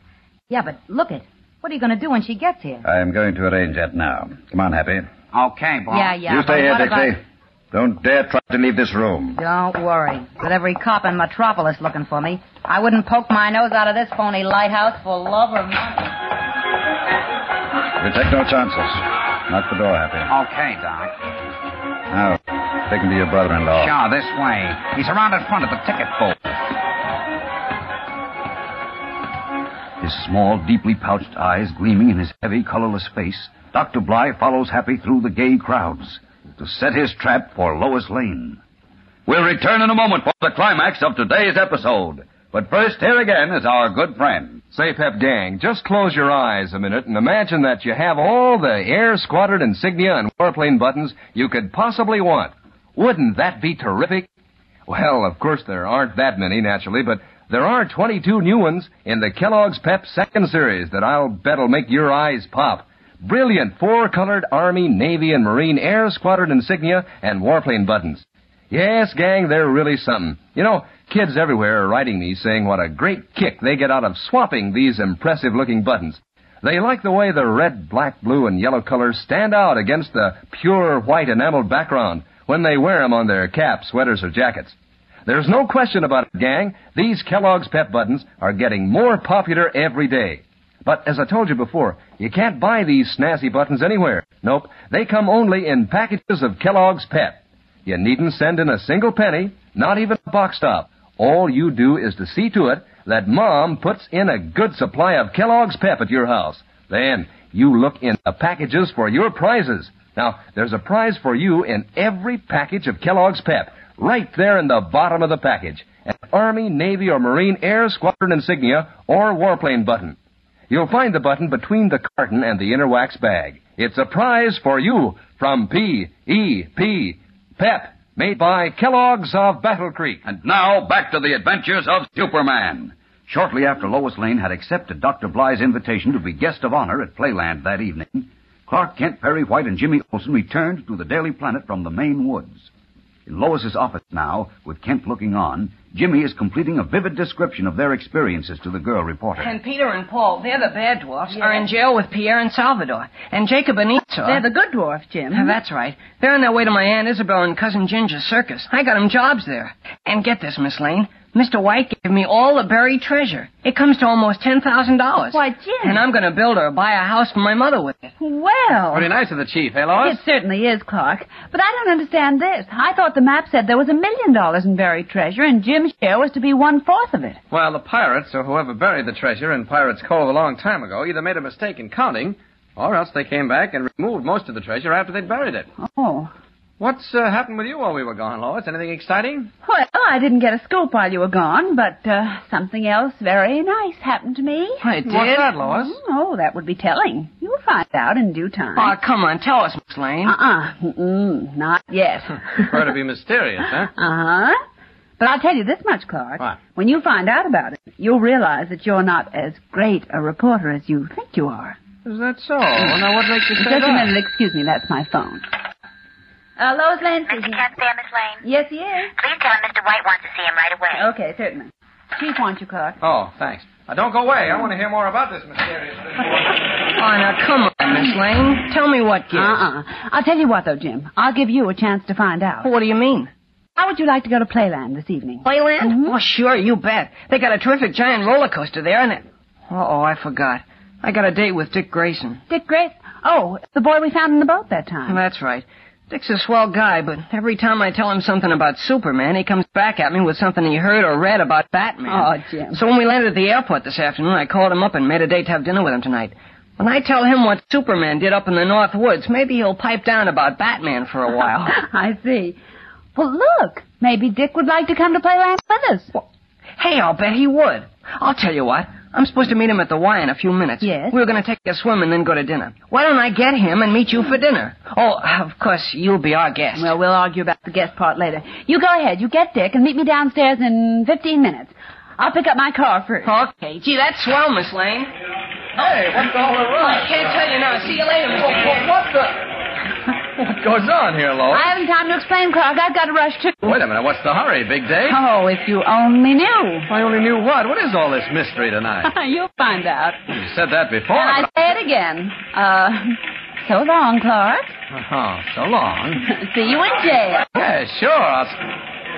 S15: Yeah, but look it. What are you going to do when she gets here?
S8: I'm going to arrange that now. Come on, Happy.
S12: Okay, boss.
S15: Yeah, yeah.
S8: you
S15: but
S8: stay here,
S15: what about-
S8: Dixie. Don't dare try to leave this room.
S15: Don't worry. With every cop in Metropolis looking for me, I wouldn't poke my nose out of this phony lighthouse for love or money.
S8: We'll take no chances. Knock the door, Happy.
S12: Okay, Doc.
S8: Now, take him to your brother-in-law.
S12: Sure, this way. He's around in front of the ticket booth.
S21: His small, deeply pouched eyes gleaming in his heavy, colorless face, Dr. Bly follows Happy through the gay crowds to set his trap for Lois Lane.
S13: We'll return in a moment for the climax of today's episode. But first, here again is our good friend.
S14: Say, Pep Gang, just close your eyes a minute and imagine that you have all the Air Squadron insignia and warplane buttons you could possibly want. Wouldn't that be terrific? Well, of course, there aren't that many, naturally, but there are 22 new ones in the Kellogg's Pep second series that I'll bet'll make your eyes pop. Brilliant four-colored Army, Navy, and Marine Air Squadron insignia and warplane buttons. Yes, gang, they're really something. You know, kids everywhere are writing me saying what a great kick they get out of swapping these impressive looking buttons. They like the way the red, black, blue, and yellow colors stand out against the pure white enameled background when they wear 'em on their caps, sweaters, or jackets. There's no question about it, gang. These Kellogg's Pep buttons are getting more popular every day. But as I told you before, you can't buy these snazzy buttons anywhere. Nope, they come only in packages of Kellogg's Pep. You needn't send in a single penny, not even a box stop. All you do is to see to it that Mom puts in a good supply of Kellogg's Pep at your house. Then you look in the packages for your prizes. Now, there's a prize for you in every package of Kellogg's Pep, right there in the bottom of the package. An Army, Navy, or Marine Air Squadron insignia or warplane button. You'll find the button between the carton and the inner wax bag. It's a prize for you from E P.E.P. Pep, made by Kellogg's of Battle Creek.
S13: And now, back to the adventures of Superman.
S21: Shortly after Lois Lane had accepted Dr. Bly's invitation to be guest of honor at Playland that evening, Clark Kent, Perry White, and Jimmy Olsen returned to the Daily Planet from the Maine woods.
S8: In Lois's office now, with Kent looking on, Jimmy is completing a vivid description of their experiences to the girl reporter.
S22: And Peter and Paul, they're the bad dwarfs, are in jail with Pierre and Salvador. And Jacob and Esau.
S20: They're the good dwarfs, Jim.
S22: Ah, That's right. They're on their way to my Aunt Isabel and Cousin Ginger's circus. I got 'em jobs there. And get this, Miss Lane. Mr. White gave me all the buried treasure. It comes to almost $10,000.
S20: Why, Jim.
S22: And I'm going to build or buy a house for my mother with it.
S20: Well.
S12: Pretty nice of the chief, eh, Lois?
S20: It certainly is, Clark. But I don't understand this. I thought the map said there was a million dollars in buried treasure, and Jim's share was to be one fourth of it.
S12: Well, the pirates, or whoever buried the treasure in Pirates Cove a long time ago, either made a mistake in counting, or else they came back and removed most of the treasure after they'd buried it.
S20: Oh.
S12: What's uh, happened with you while we were gone, Lois? Anything exciting?
S20: Well, I didn't get a scoop while you were gone, but uh, something else very nice happened to me.
S22: I did? Mm-hmm. What's that, Lois?
S20: Oh, that would be telling. You'll find out in due time.
S22: Oh, come on, tell us, Miss Lane.
S20: Uh-uh. Mm-mm, not
S22: [laughs]
S20: yet.
S12: Prefer to be mysterious,
S8: [laughs]
S12: huh?
S20: Uh-huh. But I'll tell you this much, Clark.
S12: What?
S20: When you find out about it, you'll realize that you're not as great a reporter as you think you are.
S12: Is that so? now, what makes you say
S20: Just
S12: that?
S20: a minute, excuse me, that's my phone. Uh, Lois Lane
S23: Mr.
S20: speaking.
S23: Kent there, Miss Lane?
S20: Yes, he is.
S23: Please tell him Mr. White wants to see him right away.
S20: Okay, certainly. Chief wants you, Clark.
S12: Oh, thanks. Uh, don't go away. I want to hear more about this mysterious thing.
S22: Oh, now, come on, Miss Lane. Tell me what gives.
S20: Uh-uh. I'll tell you what, though, Jim. I'll give you a chance to find out.
S22: What do you mean?
S20: How would you like to go to Playland this evening?
S22: Playland? Oh, sure, you bet. They got a terrific giant roller coaster there, and it... Uh-oh, I forgot. I got a date with Dick Grayson.
S20: Dick Grace? Oh, the boy we found in the boat that time.
S22: That's right. Dick's a swell guy, but every time I tell him something about Superman, he comes back at me with something he heard or read about Batman.
S20: Oh, Jim.
S22: So when we landed at the airport this afternoon, I called him up and made a date to have dinner with him tonight. When I tell him what Superman did up in the North Woods, maybe he'll pipe down about Batman for a while.
S20: [laughs] I see. Well, look, maybe Dick would like to come to Playland with us.
S22: hey, I'll bet he would. I'll tell you what. I'm supposed to meet him at the Y in a few minutes.
S20: Yes?
S22: We were going to take a swim and then go to dinner. Why don't I get him and meet you for dinner? Oh, of course, you'll be our guest.
S20: Well, we'll argue about the guest part later. You go ahead. You get Dick and meet me downstairs in 15 minutes. I'll pick up my car first.
S22: Okay. Gee, that's swell, Miss Lane.
S12: Hey, what's all the rush?
S22: I can't tell you now. See you later, Mr. Kent.
S12: What the? What goes on here,
S22: Oh.
S12: Lois?
S20: I haven't time to explain, Clark. I've got to rush, too.
S12: Wait a minute. What's the hurry? Big day?
S20: Oh, if you only knew.
S12: I only knew what. What is all this mystery
S20: [laughs]
S12: tonight?
S20: You'll find out.
S12: you said that before.
S20: And I
S12: but
S20: say it again. Uh, so long, Clark.
S12: I- Oh, so long.
S20: [laughs] See you in jail.
S12: yeah, sure. I'll...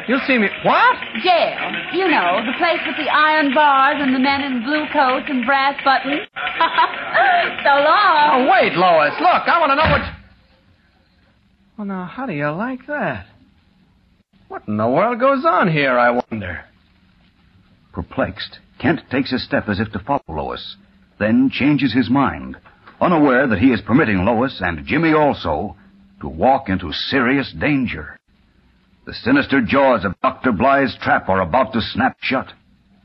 S12: You'll see me. What?
S20: Jail. You know, the place with the iron bars and the men in blue coats and brass buttons. [laughs] so long.
S12: Oh, wait, Lois. Look, I want to know what. Well, now, how do you like that? What in the world goes on here, I wonder?
S8: Perplexed, Kent takes a step as if to follow Lois, then changes his mind, unaware that he is permitting Lois and Jimmy also to walk into serious danger. The sinister jaws of Dr. Bly's trap are about to snap shut.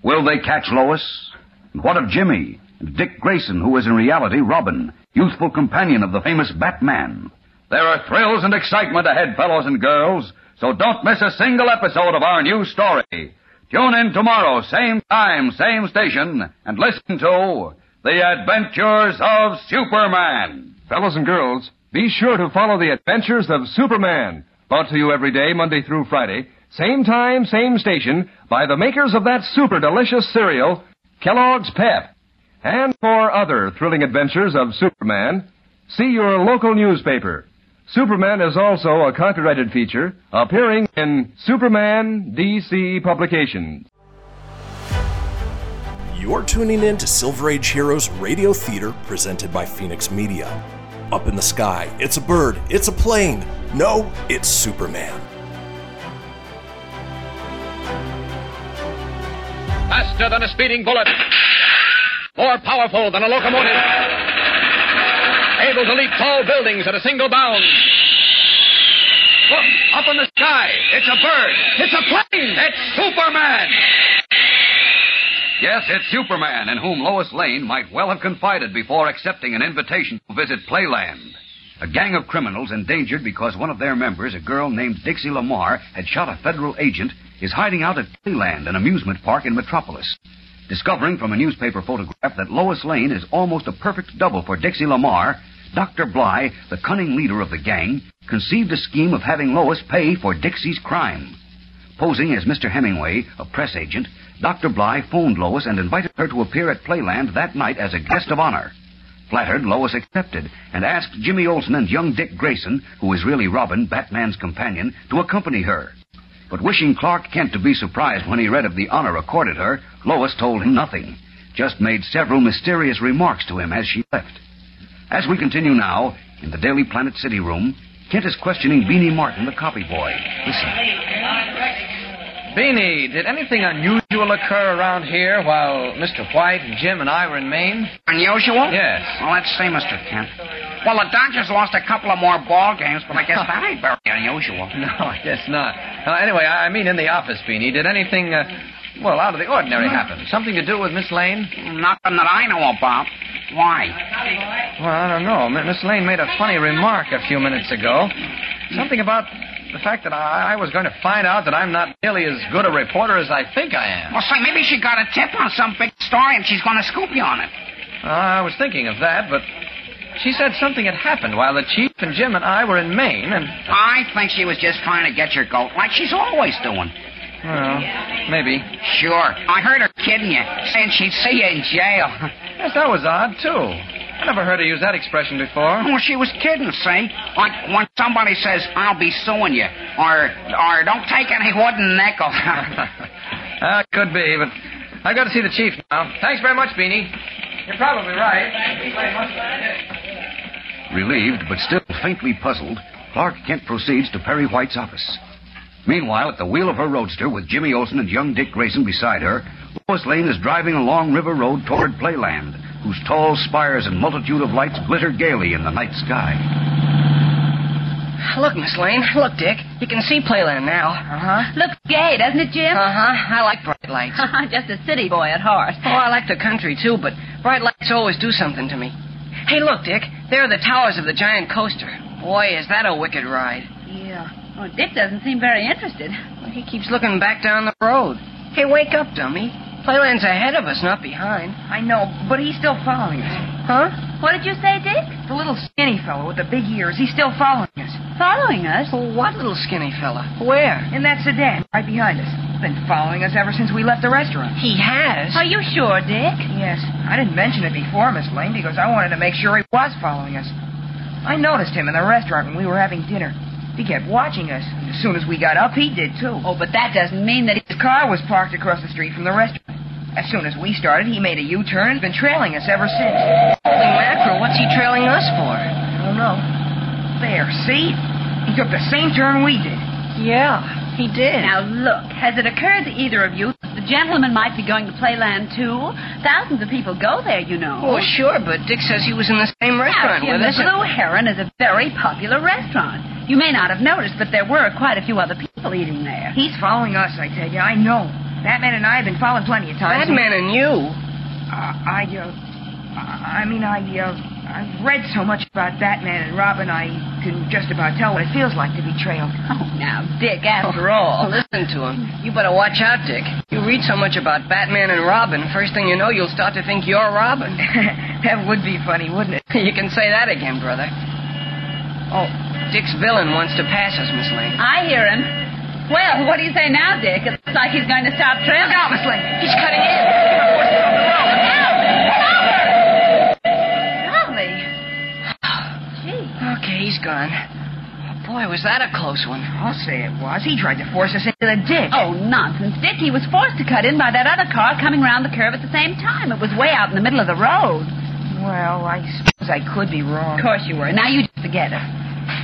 S8: Will they catch Lois? And what of Jimmy? And Dick Grayson, who is in reality Robin, youthful companion of the famous Batman. There are thrills and excitement ahead, fellows and girls, so don't miss a single episode of our new story. Tune in tomorrow, same time, same station, and listen to The Adventures of Superman.
S14: Fellows and girls, be sure to follow the adventures of Superman, brought to you every day, Monday through Friday, same time, same station, by the makers of that super delicious cereal, Kellogg's Pep. And for other thrilling adventures of Superman, see your local newspaper. Superman is also a copyrighted feature appearing in Superman DC Publications.
S1: You're tuning in to Silver Age Heroes Radio Theater presented by Phoenix Media. Up in the sky, it's a bird, it's a plane. No, it's Superman.
S24: Faster than a speeding bullet. More powerful than a locomotive. Able to leap tall buildings at a single bound.
S25: Look, up in the sky. It's a bird. It's a plane. It's Superman.
S8: Yes, it's Superman, in whom Lois Lane might well have confided before accepting an invitation to visit Playland. A gang of criminals endangered because one of their members, a girl named Dixie Lamar, had shot a federal agent, is hiding out at Playland, an amusement park in Metropolis. Discovering from a newspaper photograph that Lois Lane is almost a perfect double for Dixie Lamar, Dr. Bly, the cunning leader of the gang, conceived a scheme of having Lois pay for Dixie's crime. Posing as Mr. Hemingway, a press agent, Dr. Bly phoned Lois and invited her to appear at Playland that night as a guest of honor. Flattered, Lois accepted and asked Jimmy Olsen and young Dick Grayson, who is really Robin, Batman's companion, to accompany her. But wishing Clark Kent to be surprised when he read of the honor accorded her, Lois told him nothing, just made several mysterious remarks to him as she left. As we continue now, in the Daily Planet City room, Kent is questioning Beanie Martin, the copy boy. Listen.
S12: Beanie, did anything unusual occur around here while Mr. White and Jim and I were in Maine?
S8: Unusual?
S12: Yes.
S8: Well, let's see, Mr. Kent. Well, the Dodgers lost a couple of more ball games, but I guess that ain't very unusual.
S12: [laughs] No, I guess not. Uh, anyway, I I mean in the office, Beanie. Did anything, uh, well, out of the ordinary happen? Something to do with Miss Lane?
S8: Nothing that I know about. Why?
S12: Well, I don't know. M- Miss Lane made a funny remark a few minutes ago. Something about the fact that I, I was going to find out that I'm not nearly as good a reporter as I think I am.
S8: Well, say, maybe she got a tip on some big story and she's going to scoop you on it.
S12: Uh, I was thinking of that, but she said something had happened while the chief and Jim and I were in Maine, and
S8: I think she was just trying to get your goat, like she's always doing.
S12: well, maybe.
S8: Sure, I heard her kidding you, saying she'd see you in jail.
S12: Yes, that was odd too. I never heard her use that expression before.
S8: Well, she was kidding, see? Like when somebody says, "I'll be suing you," or "or don't take any wooden nickel."
S12: [laughs] Uh, could be, but I've got to see the chief now. Thanks very much, Beanie. You're probably right.
S26: Relieved, but still faintly puzzled,
S8: Clark Kent proceeds to Perry White's office. Meanwhile, at the wheel of her roadster with Jimmy Olsen and young Dick Grayson beside her, Lois Lane is driving along River Road toward Playland, whose tall spires and multitude of lights glitter gaily in the night sky.
S22: Look, Miss Lane. Look, Dick. You can see Playland now. Uh huh. Looks gay, doesn't it, Jim? Uh huh. I like bright lights. [laughs] Just a city boy at heart. Oh, I like the country too, but bright lights always do something to me. Hey, look, Dick. There are the towers of the giant coaster. Boy, is that a wicked ride.
S11: Yeah. Well, Dick doesn't seem very interested.
S22: He keeps looking back down the road. Hey, wake up, dummy. Playland's ahead of us, not behind.
S11: I know, but he's still following us.
S22: Huh?
S11: What did you say, Dick?
S22: The little skinny fellow with the big ears. He's still following us.
S11: Following us?
S22: Well, what little skinny fella? Where?
S11: In that sedan, right behind us. Been following us ever since we left the restaurant.
S22: He has?
S11: Are you sure, Dick?
S22: Yes.
S11: I didn't mention it before, Miss Lane, because I wanted to make sure he was following us. I noticed him in the restaurant when we were having dinner. He kept watching us. And as soon as we got up, he did too. Oh, but that doesn't mean that his car was parked across the street from the restaurant. As soon as we started, he made a U-turn and been trailing us ever since. Holy mackerel! What's he trailing us for? I don't know. There, see? He took the same turn we did.
S22: Yeah.
S11: He did. Now, look, has it occurred to either of you that the gentleman might be going to Playland, too? Thousands of people go there, you know.
S22: Oh, sure, but Dick says he was in the same restaurant
S11: Now, Jim,
S22: with us.
S11: The Blue Heron is a very popular restaurant. You may not have noticed, but there were quite a few other people eating there. He's following us, I tell you. I know. That man and I have been followed plenty of times.
S22: That man and you.
S11: Uh, I, uh, I I mean, I, uh, I've read so much about Batman and Robin, I can just about tell what it feels like to be trailed. Oh, now, Dick,
S22: After all, listen to him. You better watch out, Dick. You read so much about Batman and Robin, first thing you know, you'll start to think you're
S20: [laughs]
S22: Robin. that would be funny, wouldn't it? You can say that again, brother. Oh, Dick's villain wants to pass us, Miss Lane.
S11: I hear him. Well, what do you say now, Dick? It looks like he's going to stop trailing. Look out, Miss Lane. He's cutting in.
S22: Golly. Okay, he's gone. Boy, was that a close one.
S11: I'll say it was. He tried to force us into the ditch. Oh, nonsense, Dick. He was forced to cut in by that other car coming round the curve at the same time. It was way out in the middle of the road. Well, I suppose I could be wrong. Of course you were. Now you just forget it.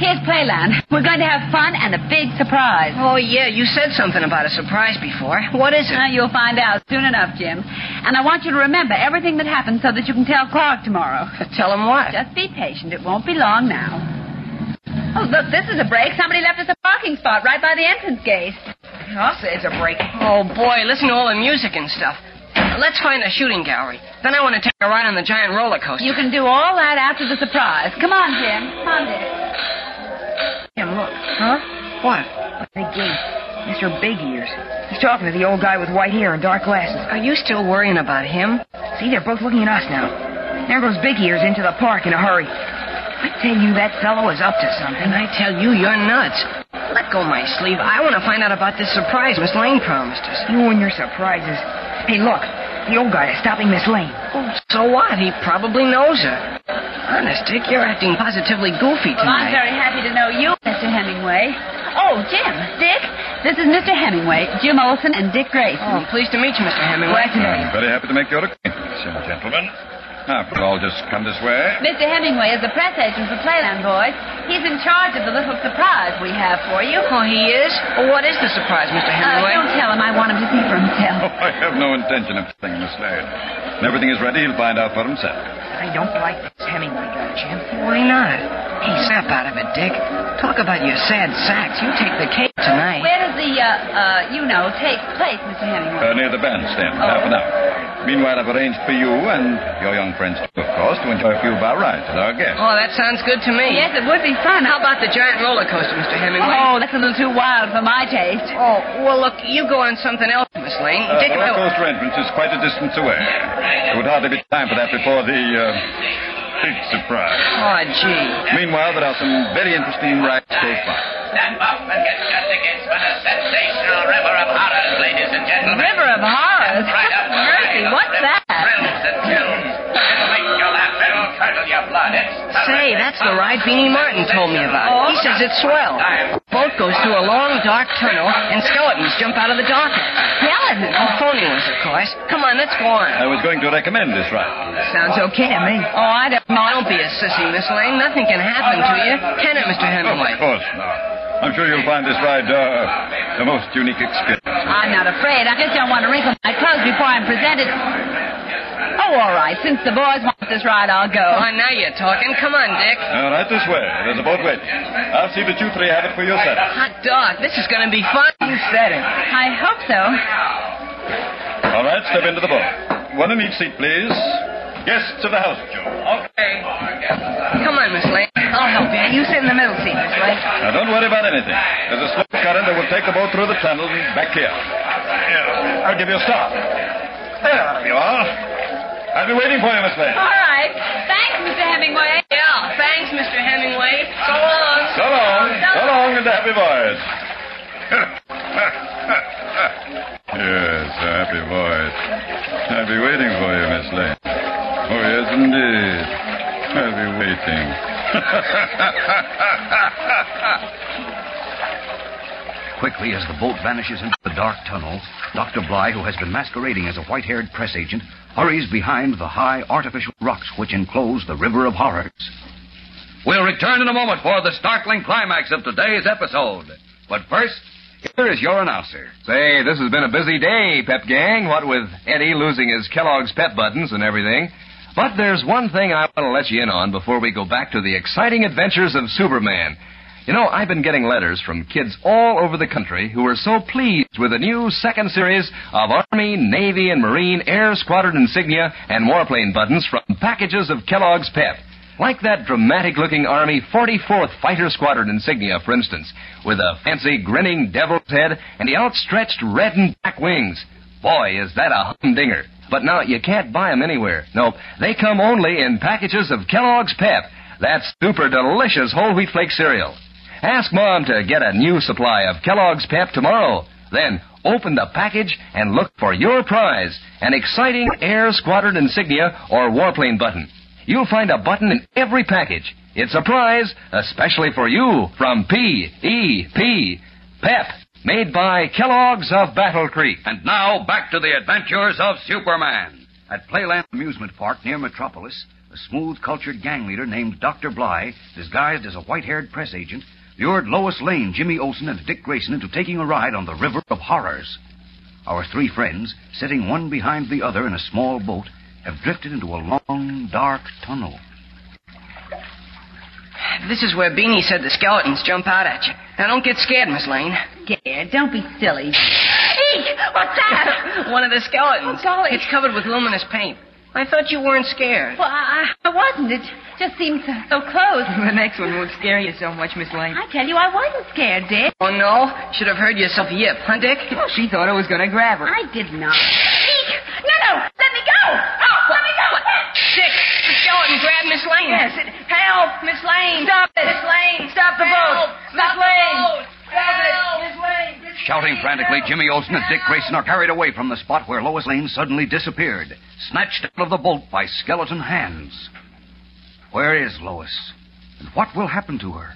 S11: Here's Playland. We're going to have fun and a big surprise.
S22: Oh, yeah, you said something about a surprise before. What is it?
S11: Uh, you'll find out soon enough, Jim. And I want you to remember everything that happened so that you can tell Clark tomorrow.
S22: [laughs] Tell him what?
S11: Just be patient. It won't be long now. Oh, look, this is a break. Somebody left us a parking spot right by the entrance gate. I'll say it's a break.
S22: Oh, boy, listen to all the music and stuff. Let's find a shooting gallery. Then I want to take a ride on the giant roller coaster.
S11: You can do all that after the surprise. Come on, Jim. Come on, Dick. Jim, look. Huh?
S22: What?
S11: The gate. Mr. Big Ears. He's talking to the old guy with white hair and dark glasses.
S22: Are you still worrying about him?
S11: See, they're both looking at us now. There goes Big Ears into the park in a hurry. I
S22: Tell you that fellow is up to something. I tell you, you're nuts. Let go my sleeve. I want to find out about this surprise Miss Lane promised us. You and your surprises. Hey, look. The old guy is stopping Miss Lane. Oh, so what? He probably knows her. Honest, Dick, you're acting positively goofy
S20: Well, I'm
S22: tonight.
S20: very happy to know you, Mr. Hemingway. Oh, Jim, Dick, this is Mr. Hemingway, Jim Olson, and Dick Grayson.
S22: Oh, pleased to meet you, Mr. Hemingway.
S20: Glad to know you.
S12: I'm very happy to make your acquaintance, young gentlemen. After all, just come this way.
S20: Mr. Hemingway is the press agent for Playland Boys. He's in charge of the little surprise we have for you.
S22: Oh, he is? Well, what is the surprise, Mr. Hemingway?
S20: Uh, don't tell him. I want him to see for
S12: Oh,
S20: himself.
S12: I have no intention of telling Miss Lane. When everything is ready, he'll find out for himself.
S22: I don't like this Hemingway guy, Jim. Why not? Hey, snap out of it, Dick. Talk about your sad sacks. You take the cake tonight.
S20: Where does the, uh, uh, you know, take place, Mr. Hemingway?
S12: Uh, near the bandstand, in half an hour. Meanwhile, I've arranged for you and your young friends, too, of course, to enjoy a few of our rides as our guests.
S22: Oh, that sounds good to me.
S20: Yes, it would be fun.
S22: How about the giant roller coaster, Mr. Hemingway?
S20: Oh, that's a little too wild for my taste.
S22: Oh, well, look, you go on something else, Miss Lane.
S12: Uh,
S22: Dick
S12: the
S22: and I
S12: roller
S22: will...
S12: coaster entrance is quite a distance away. It would hardly be time for that before the uh, big surprise.
S22: Oh, gee.
S12: Meanwhile, there are some very interesting rides close by.
S27: Stand up and get just against what a sensational river of horrors, ladies and gentlemen.
S20: River of Horrors?
S27: Right up the
S20: Mercy,
S27: rail.
S20: what's that?
S27: Thrills and chills. It'll make you laugh. It'll curdle your blood. It's
S22: Say, that's the ride Beanie Martin told me about.
S27: Oh.
S22: He says it's swell. Boat goes through a long, dark tunnel, and skeletons jump out of the dock. Skeletons? Oh, phony ones, of course. Come on, let's go on.
S12: I was going to recommend this ride.
S22: Sounds okay to me. Oh, I don't know. Don't be a sissy, Miss Lane. Nothing can happen to you. Can it, Mr. Hemingway?
S8: Oh.
S12: Oh, Of course not. I'm sure you'll find this ride uh, the most unique experience.
S20: I'm not afraid. I just don't want to wrinkle my clothes before I'm presented. Oh, all right. Since the boys want this ride, I'll go.
S22: Oh, now you're talking. Come on, Dick.
S12: All right, this way. There's a boat waiting. I'll see that you three have it for yourselves.
S22: Hot dog, this is going to be fun. You said it.
S20: I hope so.
S12: All right, step into the boat. One in each seat, please. Guests of the house, Joe.
S22: Okay. Come on, Miss Lane. I'll help you. You sit in the middle seat, Miss Lane.
S12: Now, don't worry about anything. There's a slow current that will take the boat through the tunnel and back here. Here, I'll give you a start. There you are. I'll be waiting for you, Miss Lane.
S20: All right. Thanks, Mr. Hemingway.
S22: Yeah, thanks, Mr. Hemingway. So long.
S12: So long. So long and a happy voyage. yes, a happy voyage. I'll be waiting for you, Miss Lane. Oh, yes, indeed. I'll be waiting. [laughs] [laughs]
S28: Quickly, as the boat vanishes into the dark tunnel, Dr. Bly, who has been masquerading as a white haired press agent, hurries behind the high artificial rocks which enclose the River of Horrors.
S13: We'll return in a moment for the startling climax of today's episode. But first, here is your announcer.
S14: Say, this has been a busy day, Pep Gang, what with Eddie losing his Kellogg's Pep buttons and everything. But there's one thing I want to let you in on before we go back to the exciting adventures of Superman. You know, I've been getting letters from kids all over the country who are so pleased with the new second series of Army, Navy, and Marine Air Squadron insignia and warplane buttons from packages of Kellogg's Pep. Like that dramatic looking Army 44th Fighter Squadron insignia, for instance, with a fancy grinning devil's head and the outstretched red and black wings. Boy, is that a humdinger. But now you can't buy 'em anywhere. Nope, they come only in packages of Kellogg's Pep, that super delicious whole wheat flake cereal. Ask Mom to get a new supply of Kellogg's Pep tomorrow. Then open the package and look for your prize an exciting Air Squadron insignia or warplane button. You'll find a button in every package. It's a prize, especially for you, from P.E.P. Pep, made by Kellogg's of Battle Creek.
S28: And now, back to the adventures of Superman.
S8: At Playland Amusement Park near Metropolis, a smooth cultured gang leader named Dr. Bly, disguised as a white haired press agent, lured Lois Lane, Jimmy Olsen, and Dick Grayson into taking a ride on the River of Horrors. Our three friends, sitting one behind the other in a small boat, have drifted into a long, dark tunnel.
S22: This is where Beanie said the skeletons jump out at you. Now, don't get scared, Miss Lane.
S20: Scared? Don't be silly.
S22: Eek! What's that? [laughs] One of the skeletons. Oh, golly. It's covered with luminous paint. I thought you weren't scared.
S20: Well, I, I wasn't. It just seemed so, so close.
S22: [laughs] The next one won't scare you so much, Miss Lane.
S20: I tell you, I wasn't scared, Dick.
S22: Oh, no? Should have heard yourself yip, huh, Dick? she thought I was going to grab her.
S20: I did not. Eek! No, no. Let me go. Oh, let me go.
S22: Dick, the skeleton grabbed Miss
S11: Miss Lane. Yes, it- help, Miss Lane. Stop it. Miss Lane. Stop the Help. boat. Miss Lane. Stop it. Miss Lane.
S8: Shouting frantically, Jimmy Olsen and Dick Grayson are carried away from the spot where Lois Lane suddenly disappeared, snatched out of the boat by skeleton hands. Where is Lois? And what will happen to her?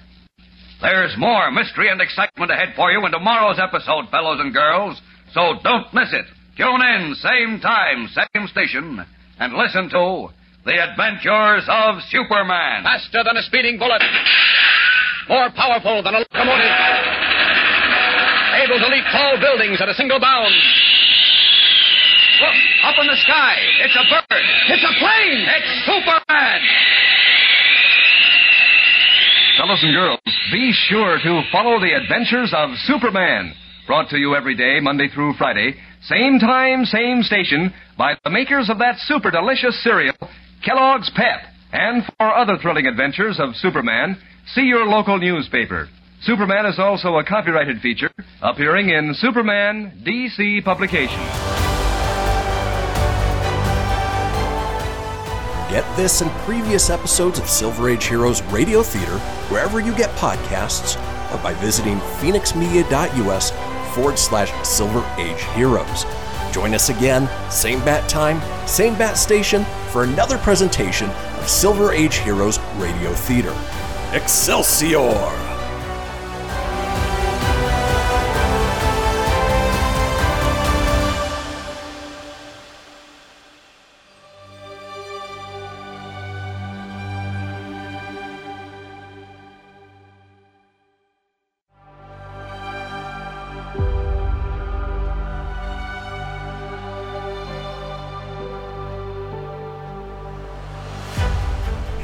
S8: There's more mystery and excitement ahead for you in tomorrow's episode, fellows and girls, so don't miss it. Tune in, same time, same station, and listen to The Adventures of Superman.
S12: Faster than a speeding bullet. More powerful than a locomotive. Able to leap tall buildings at a single bound.
S8: Look, up in the sky. It's a bird. It's a plane. It's Superman.
S14: Fellows and girls, be sure to follow the adventures of Superman. Brought to you every day, Monday through Friday, same time, same station, by the makers of that super delicious cereal, Kellogg's Pep. And for other thrilling adventures of Superman, see your local newspaper. Superman is also a copyrighted feature appearing in Superman DC Publications.
S1: Get this and previous episodes of Silver Age Heroes Radio Theater wherever you get podcasts or by visiting phoenixmedia.us forward slash Silver Age Heroes. Join us again, same bat time, same bat station, for another presentation of Silver Age Heroes Radio Theater. Excelsior!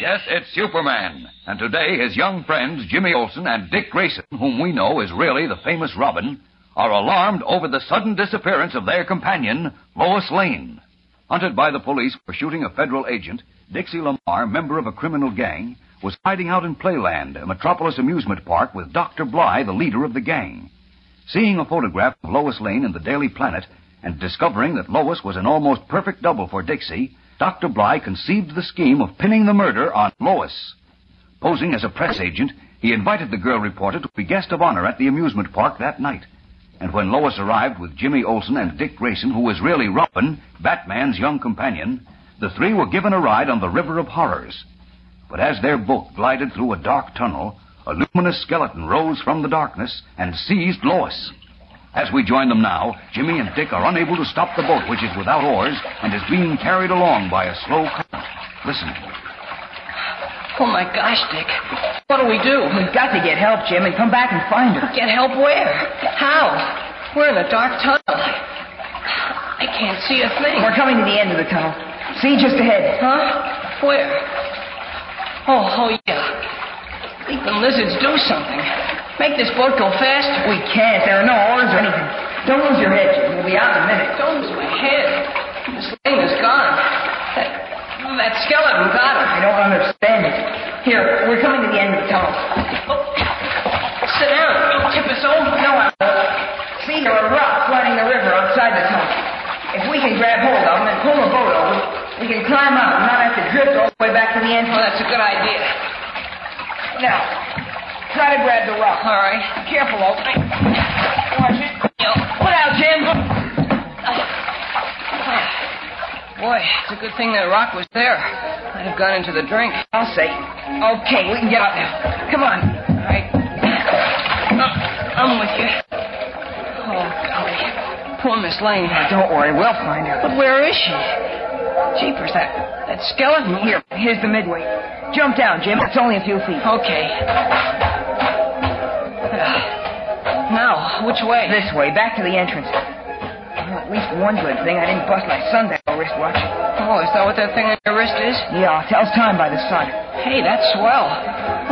S8: Yes, it's Superman. And today, his young friends, Jimmy Olsen and Dick Grayson, whom we know is really the famous Robin, are alarmed over the sudden disappearance of their companion, Lois Lane. Hunted by the police for shooting a federal agent, Dixie Lamar, member of a criminal gang, was hiding out in Playland, a metropolis amusement park, with Dr. Bly, the leader of the gang. Seeing a photograph of Lois Lane in the Daily Planet and discovering that Lois was an almost perfect double for Dixie, Dr. Bly conceived the scheme of pinning the murder on Lois. Posing as a press agent, he invited the girl reporter to be guest of honor at the amusement park that night. And when Lois arrived with Jimmy Olsen and Dick Grayson, who was really Robin, Batman's young companion, the three were given a ride on the River of Horrors. But as their boat glided through a dark tunnel, a luminous skeleton rose from the darkness and seized Lois. As we join them now, Jimmy and Dick are unable to stop the boat, which is without oars and is being carried along by a slow current. Listen.
S11: Oh my gosh, Dick. What do we do? We've got to get help, Jim, and come back and find her. Get help where? How? We're in a dark tunnel. I can't see a thing. We're coming to the end of the tunnel. See just ahead. Huh? Where? Oh, oh yeah. Think the lizards do something. Make this boat go faster. We can't. There are no oars or anything. Don't lose your head, Jim. We'll be out in a minute. Don't lose my head. This thing is gone. That, that skeleton got it. I don't understand it. Here, we're coming to the end of the tunnel. Oh, Sit down. Don't tip us over. No, I won't. See, there are rocks lining the river outside the tunnel. If we can grab hold of them and pull the boat over, we can climb out and not have to drift all the way back to the entrance. Well, that's a good idea. Now, try to grab the rock. All right. Careful, old. Watch it. Put out, Jim. Boy, it's a
S22: Good thing that rock was there. I'd have gone into the drink. I'll say. Okay, we can get out now. Come on. All right. Uh, I'm with you. Oh, golly. Oh. Poor Miss Lane. Don't worry, we'll find her. But where is she? Jeepers, that, that skeleton. Here, here's the midway. Jump down, Jim. It's only a few feet. Okay. [sighs] Now, which way?
S11: This way, back to the entrance. Well, at least one good thing I didn't bust my sundial wristwatch.
S22: Oh, is that what that thing on your wrist is?
S11: Yeah, tells time by the sun.
S22: Hey, that's swell.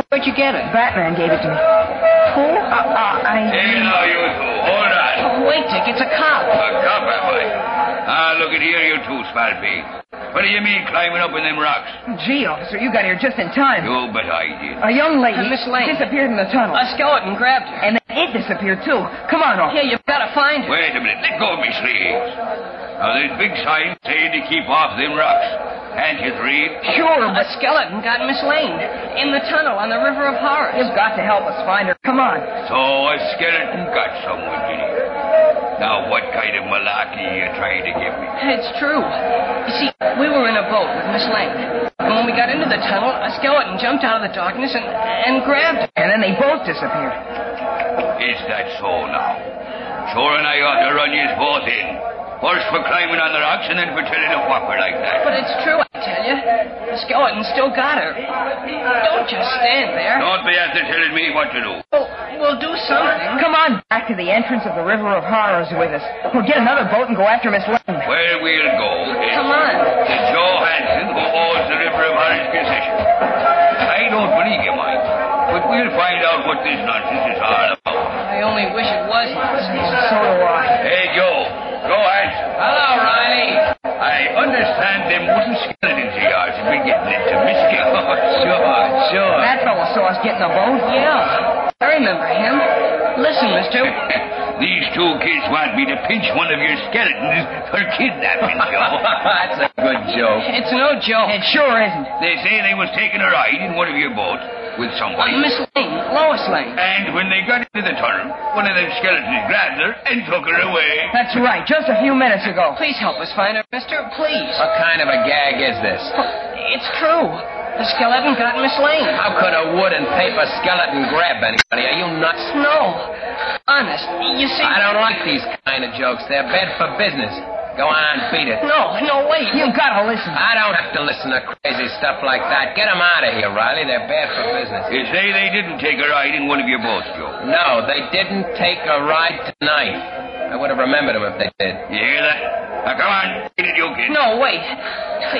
S22: Where'd you get it?
S11: Batman gave it to me. Who? Uh, uh, I.
S8: Hey, now, you two. Hold on.
S22: Oh, wait, Dick, it's a cop.
S8: A cop, am I? Ah, look at here, you two smart pigs. What do you mean climbing up in them rocks?
S11: Gee, officer, you got here just in time.
S8: You bet I did.
S11: A young lady
S22: Uh, Miss Lane.
S11: disappeared in the tunnel.
S22: A skeleton grabbed her.
S11: And then it disappeared, too. Come on, officer.
S22: Here, you've got to find her.
S8: Wait a minute. Let go of me sleeves. Now, there's big signs saying to keep off them rocks. Can't you read?
S22: Sure, a skeleton got Miss Lane in the tunnel on the River of Horrors.
S11: You've got to help us find her. Come on.
S8: So a skeleton got someone, did he? Now, what kind of malarkey are you trying to give me?
S22: It's true. You see, we were in a boat with Miss Lane. And when we got into the tunnel, a skeleton jumped out of the darkness and, and grabbed her.
S11: And then they both disappeared.
S8: Is that so now? Sure, and I ought to run yous both in. First for climbing on the rocks and then for telling a whopper like that.
S22: But it's true, I tell you. The skeleton still got her. Don't just stand there.
S8: Don't be after telling me what to do.
S22: We'll do something.
S11: Come on back to the entrance of the River of Horrors with us. We'll get another boat and go after Miss Lane.
S8: Where we'll go is
S11: Come on.
S8: to Joe Hanson, who owns the River of Orange concession. I don't believe you, Mike, but we'll find out what this nonsense is all about.
S22: I only wish it was nonsense. So do I.
S8: Hey, Joe. Go, Hanson. Hello, Riley. I understand them wooden skeletons of yours have been getting into Michigan. [laughs] Oh, sure, sure.
S11: That fellow saw us get in the boat.
S22: Yeah. I remember him. Listen, mister.
S8: [laughs] These two kids want me to pinch one of your skeletons for kidnapping, Joe. [laughs] That's a good joke.
S22: It's no joke. It
S11: sure isn't.
S8: They say they was taking a ride in one of your boats with somebody.
S22: Uh, Miss Lane, Lois Lane.
S8: And when they got into the tunnel, one of them skeletons grabbed her and took her away.
S11: That's right, just a few minutes ago.
S22: Please help us find her, mister. Please.
S27: What kind of a gag is this?
S22: It's true. The skeleton got Miss Lane.
S27: How could a wood and paper skeleton grab anybody? Are you nuts?
S22: No. Honest. You see.
S27: I don't like these kind of jokes. They're bad for business. Go on, beat it.
S22: No, no, wait. You
S11: gotta listen.
S27: I don't have to listen to crazy stuff like that. Get 'em out of here, Riley. They're bad for business.
S8: They say they didn't take a ride in one of your boats, Joe.
S27: No, they didn't take a ride tonight. I would have remembered 'em if they did.
S8: You hear that? Now come on, get it, you kid.
S22: No, wait.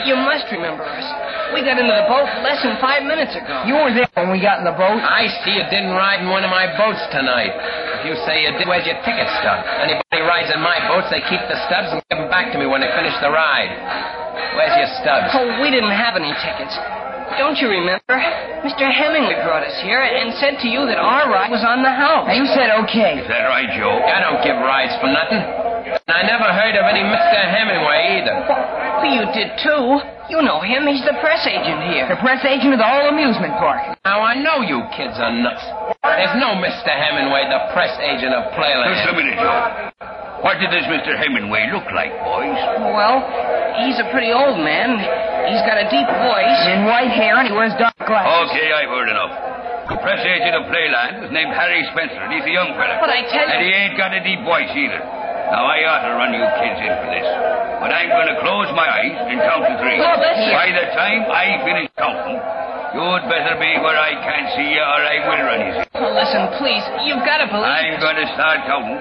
S22: You must remember us. We got into the boat less than five minutes ago.
S11: You were there when we got in the boat.
S27: I see you didn't ride in one of my boats tonight. If you say you did, where's your ticket stub? Anybody rides in my boats, they keep the stubs and give 'em back to me when they finish the ride. Where's your stubs?
S22: Oh, we didn't have any tickets. Don't you remember? Mr. Hemingway brought us here and said to you that our ride was on the house.
S11: You said okay.
S8: Is that right, Joe?
S27: I don't give rides for nothing. And I never heard of any Mr. Hemingway either.
S22: Well, you did too. You know him. He's the press agent here.
S11: The press agent of the whole amusement park.
S27: Now, I know you kids are nuts. There's no Mr. Hemingway, the press agent of Playland.
S8: Just a minute, Joe. What did this Mr. Hemingway look like, boys?
S22: Well, he's a pretty old man. He's got a deep voice.
S11: And white hair, and he wears dark glasses.
S8: Okay, I've heard enough. The press agent of Playland is named Harry Spencer, and he's a young fella.
S22: But I tell you-
S8: And he ain't got a deep voice either. Now, I ought to run you kids in for this. But I'm going to close my eyes and count to three.
S22: Oh, bless you.
S8: By the time I finish counting, you'd better be where I can't see you, or I will run you.
S22: Oh, listen, please. You've got to believe.
S8: I'm going to start counting.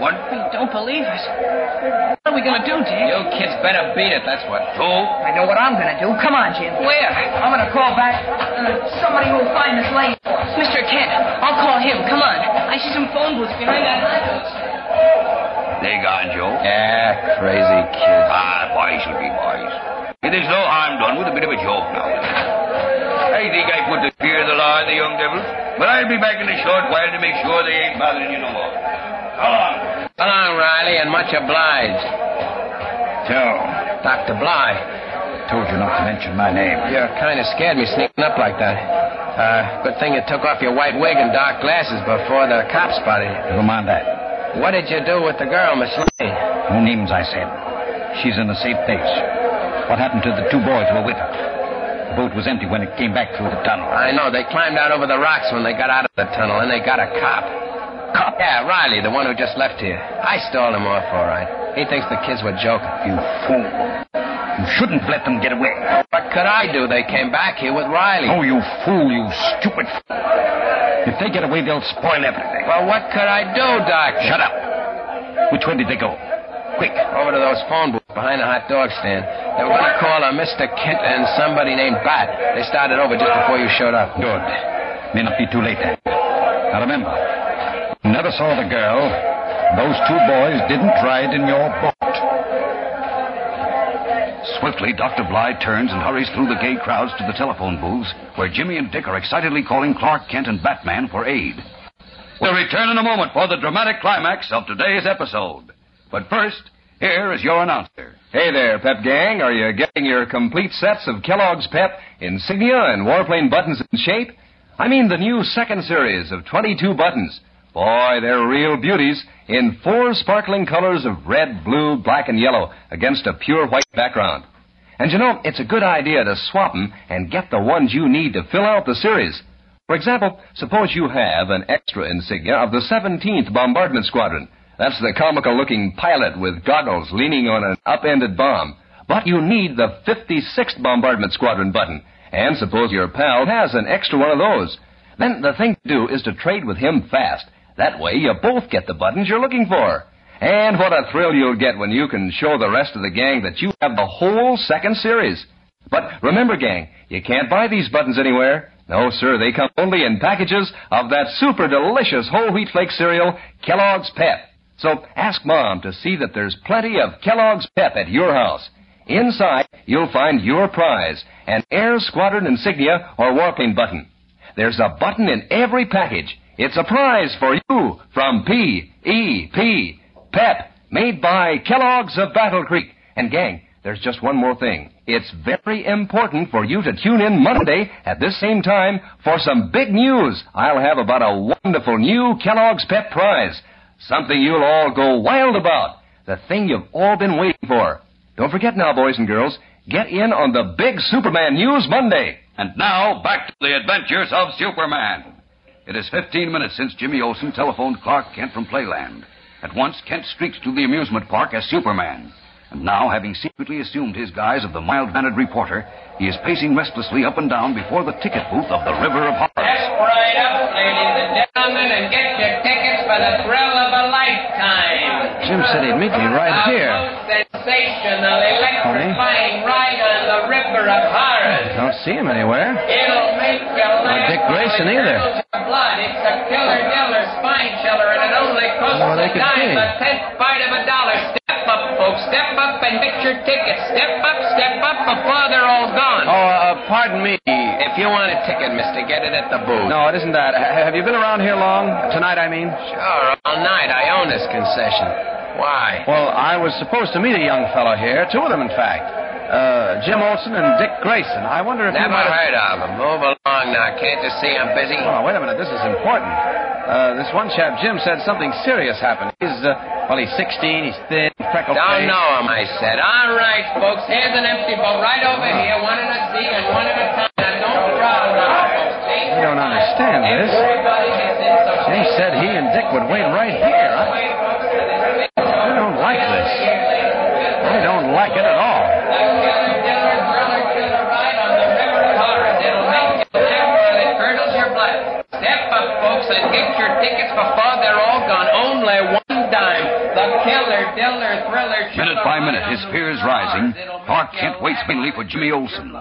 S8: One,
S22: Don't believe us. What are we going to do, Dick?
S27: You kids better beat it, that's what.
S8: two,
S11: I know what I'm gonna do. Come on, Jim.
S22: Where?
S11: I'm gonna call back uh, somebody who'll find Miss Lane.
S22: Mr. Kent, I'll call him. Come on. I see some phone booths behind that.
S8: They gone, Joe.
S27: Yeah, crazy kids.
S8: Ah, boys should be boys. It is no harm done with a bit of a joke now. I think I put the fear of the law in the young devils, but I'll be back in a short while to make sure they ain't bothering you no more. Come on.
S27: Hello, Riley, and much obliged.
S8: Joe.
S27: Dr. Bly.
S29: Told you not to mention my name.
S27: You kind of scared me sneaking up like that. Uh, good thing you took off your white wig and dark glasses before the cop spotted you.
S29: Never mind that.
S27: What did you do with the girl, Miss Lane?
S29: No names, I said. She's in a safe place.
S16: What happened to the two boys who were with her? The boat was empty when it came back through the tunnel.
S27: I know. They climbed out over the rocks when they got out of the tunnel, and they got a cop. Cop? Yeah, Riley, the one who just left here. I stalled him off all right. He thinks the kids were joking. You fool. You shouldn't let them get away. What could I do? They came back here with Riley.
S16: Oh, you fool, you stupid fool. If they get away, they'll spoil everything.
S27: Well, what could I do, Doc?
S16: Shut up. Which way did they go?
S27: Quick, over to those phone booths behind the hot dog stand. They were going to call on Mr. Kent and somebody named Bat. They started over just before you showed up.
S16: Good. May not be too late then. Now remember, you never saw the girl. Those two boys didn't ride in your boat. Swiftly, Dr. Bly turns and hurries through the gay crowds to the telephone booths, where Jimmy and Dick are excitedly calling Clark Kent and Batman for aid.
S8: We'll return in a moment for the dramatic climax of today's episode. But first, here is your announcer.
S14: Hey there, Pep Gang. Are you getting your complete sets of Kellogg's Pep, insignia, and warplane buttons in shape? I mean the new second series of 22 buttons. Boy, they're real beauties in four sparkling colors of red, blue, black, and yellow against a pure white background. And you know, it's a good idea to swap 'em and get the ones you need to fill out the series. For example, suppose you have an extra insignia of the 17th Bombardment Squadron. That's the comical looking pilot with goggles leaning on an upended bomb. But you need the 56th Bombardment Squadron button. And suppose your pal has an extra one of those. Then the thing to do is to trade with him fast. That way you both get the buttons you're looking for. And what a thrill you'll get when you can show the rest of the gang that you have the whole second series. But remember, gang, you can't buy these buttons anywhere. No, sir, they come only in packages of that super delicious whole wheat flake cereal, Kellogg's Pep. So ask Mom to see that there's plenty of Kellogg's Pep at your house. Inside, you'll find your prize, an Air Squadron insignia or warping button. There's a button in every package. It's a prize for you from P.E.P. Pep, made by Kellogg's of Battle Creek. And gang, there's just one more thing. It's very important for you to tune in Monday at this same time for some big news. I'll have about a wonderful new Kellogg's Pet Prize. Something you'll all go wild about. The thing you've all been waiting for. Don't forget now, boys and girls, get in on the big Superman news Monday.
S8: And now, back to the adventures of Superman. It is 15 minutes since Jimmy Olsen telephoned Clark Kent from Playland. At once, Kent streaks to the amusement park as Superman. And now, having secretly assumed his guise of the mild-mannered reporter, he is pacing restlessly up and down before the ticket booth of the River of Horrors.
S3: right up, ladies and gentlemen, and get your tickets for the thrill of a lifetime.
S13: Jim said he'd meet me right
S3: Our
S13: here.
S3: most sensational, electrifying ride on the River of Horrors.
S13: Don't see him anywhere.
S3: It'll make you laugh.
S13: Not Dick Grayson
S3: till it
S13: either.
S3: curdles your Blood. It's a killer, diller, spine chiller, and it only costs
S13: Well, they
S3: a
S13: could
S3: dime,
S13: be.
S3: a tenth part of a dollar. Step up, folks. Step up and get your tickets. Step up, step up before they're all gone.
S27: Oh, uh, pardon me. If you want a ticket, mister, get it at the booth.
S13: No, it isn't that. Ha- Have you been around here long? Tonight, I mean?
S27: Sure, all night. I own this concession. Why?
S13: Well, I was supposed to meet a young fellow here, two of them, in fact. Uh, Jim Olson and Dick Grayson. I wonder if you
S27: Never
S13: might have...
S27: heard of him. Move along now. Can't you see I'm busy?
S13: Oh, wait a minute. This is important. Uh, this one chap, Jim, said something serious happened. He's, uh, well, he's 16, he's thin, freckled
S3: Don't
S13: face.
S3: know him, I said. All right, folks. Here's an empty boat right over here. One at a seat and one at a time. Now, don't crowd now, folks. See?
S13: I don't understand this. Jim said he and Dick would wait right here. I, I don't like this. I don't like it at all.
S3: Step up, folks, and get your tickets before they're all gone. Only one dime. The killer, diller, thriller,
S8: Minute by minute, his fears rising, Clark Kent waits mainly for Jimmy Olsen.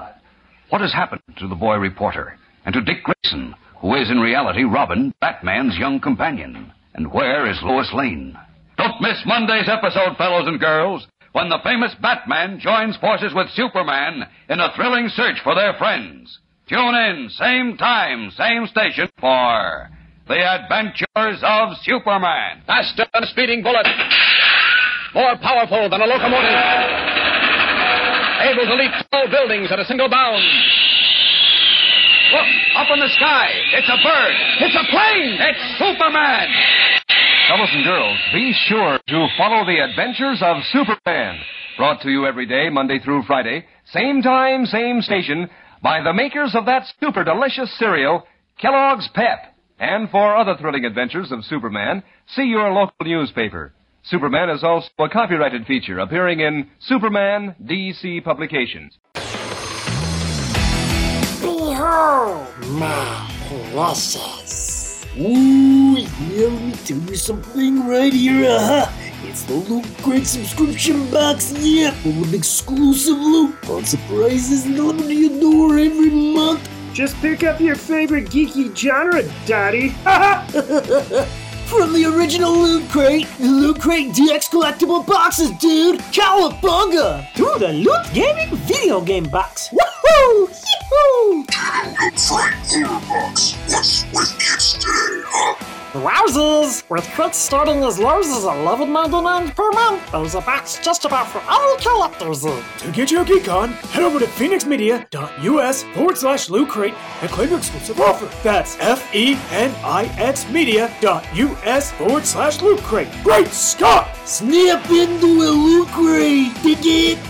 S8: What has happened to the boy reporter and to Dick Grayson, who is in reality Robin, Batman's young companion? And where is Lois Lane? Don't miss Monday's episode, fellows and girls, when the famous Batman joins forces with Superman in a thrilling search for their friends. Tune in, same time, same station for The Adventures of Superman.
S12: Faster than a speeding bullet. More powerful than a locomotive. Able to leap tall buildings at a single bound.
S8: Look, up in the sky. It's a bird. It's a plane. It's Superman.
S14: Fellows and girls, be sure to follow the adventures of Superman. Brought to you every day, Monday through Friday, same time, same station, by the makers of that super delicious cereal, Kellogg's Pep. And for other thrilling adventures of Superman, see your local newspaper. Superman is also a copyrighted feature appearing in Superman DC Publications.
S9: Behold my process. Ooh, yeah, let me tell you something right here. Uh-huh. It's the Loot Crate subscription box, yeah, full of exclusive loot, fun surprises delivered to your door every month.
S10: Just pick up your favorite geeky genre, Daddy.
S9: [laughs] From the original Loot Crate, the Loot Crate DX collectible boxes, dude! Cowabunga!
S10: To the Loot Gaming video game box. Woohoo! Yee-hoo! Rouses! With crits starting as low as 11.99 per month, there's a box just about for all collectors. To get your geek on, head over to phoenixmedia.us forward slash loot crate and claim your exclusive offer. That's E F-E-N-I-X media.us forward slash loot crate. Great Scott!
S9: Snap into a Loot Crate, dig it?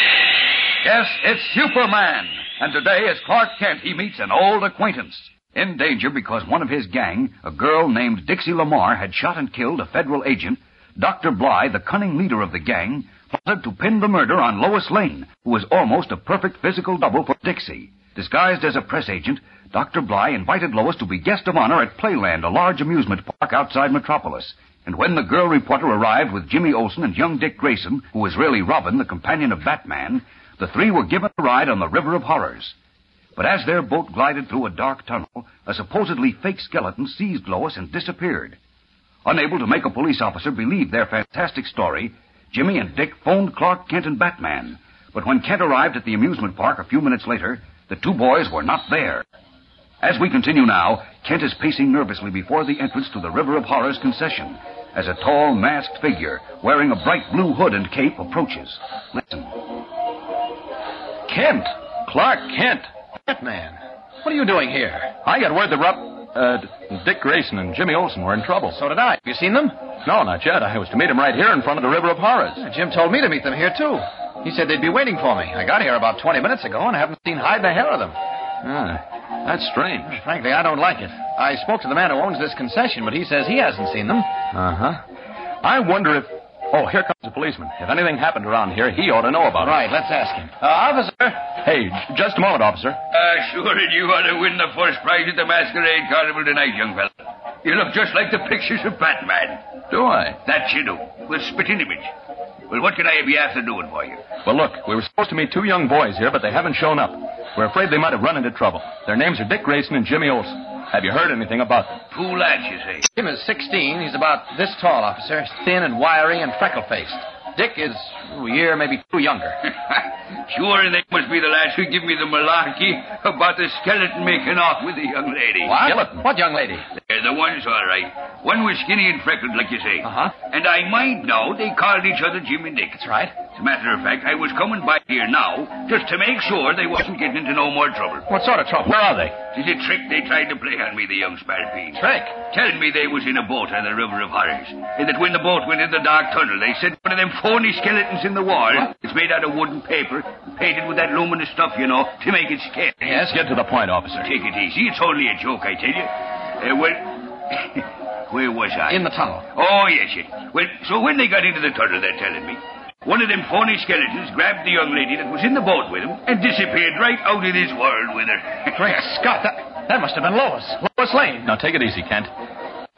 S8: Yes, it's Superman. And today, as Clark Kent, he meets an old acquaintance. In danger because one of his gang, a girl named Dixie Lamar, had shot and killed a federal agent. Dr. Bly, the cunning leader of the gang, plotted to pin the murder on Lois Lane, who was almost a perfect physical double for Dixie. Disguised as a press agent, Dr. Bly invited Lois to be guest of honor at Playland, a large amusement park outside Metropolis. And when the girl reporter arrived with Jimmy Olsen and young Dick Grayson, who was really Robin, the companion of Batman, the three were given a ride on the River of Horrors. But as their boat glided through a dark tunnel, a supposedly fake skeleton seized Lois and disappeared. Unable to make a police officer believe their fantastic story, Jimmy and Dick phoned Clark Kent and Batman. But when Kent arrived at the amusement park a few minutes later, the two boys were not there. As we continue now, Kent is pacing nervously before the entrance to the River of Horrors concession as a tall, masked figure wearing a bright blue hood and cape approaches. Listen.
S30: Kent! Clark Kent! Batman! What are you doing here? I got word that Rob. Uh, D- Dick Grayson and Jimmy Olsen were in trouble. So did I. Have you seen them? No, not yet. I was to meet them right here in front of the River of Horrors. Jim told me to meet them here, too. He said they'd be waiting for me. I got here about 20 minutes ago and I haven't seen hide nor hair of them. Ah, that's strange. Frankly, I don't like it. I spoke to the man who owns this concession, but he says he hasn't seen them. Uh huh. I wonder if. Oh, here comes a policeman. If anything happened around here, he ought to know about Right, it. let's ask him. Uh, officer? Hey, j- just a moment, officer.
S31: Uh, sure, and you want to win the first prize at the Masquerade Carnival tonight, young fella. You look just like the pictures of Batman.
S30: Do I?
S31: That you do. With spitting image. Well, what can I be after doing for you?
S30: Well, look, we were supposed to meet two young boys here, but they haven't shown up. We're afraid they might have run into trouble. Their names are Dick Grayson and Jimmy Olsen. Have you heard anything about them?
S31: Two lads, you say.
S30: Jim is 16. He's about this tall, officer. Thin and wiry and freckle faced. Dick is ooh, a year, maybe two younger.
S31: Sure, and they must be the lads who give me the malarkey about the skeleton making off with the young lady.
S30: What? Skeleton? What young lady?
S31: They're the ones, all right. One was skinny and freckled, like you say. Uh-huh. And I mind now they called each other Jim and Dick. That's
S30: right.
S31: As a matter of fact, I was coming by here now just to make sure they wasn't getting into no more trouble.
S30: What sort of trouble? Where are they?
S31: It's a trick they tried to play on me, the young spalpeens.
S30: Trick?
S31: Telling me they was in a boat on the River of Horrors, and that when the boat went in the dark tunnel, they said one of them phony skeletons in the wall. It's made out of wooden paper, painted with that luminous stuff, you know, to make it scary.
S30: Yes, get to the point, officer.
S31: Take it easy. It's only a joke, I tell you. Uh, well, where was I?
S30: In the tunnel.
S31: Oh, yes, yes. Well, so when they got into the tunnel, they're telling me. One of them phony skeletons grabbed the young lady that was in the boat with him and disappeared right out of this world with her.
S30: [laughs] Great Scott, that, that must have been Lois. Lois Lane. Now take it easy, Kent.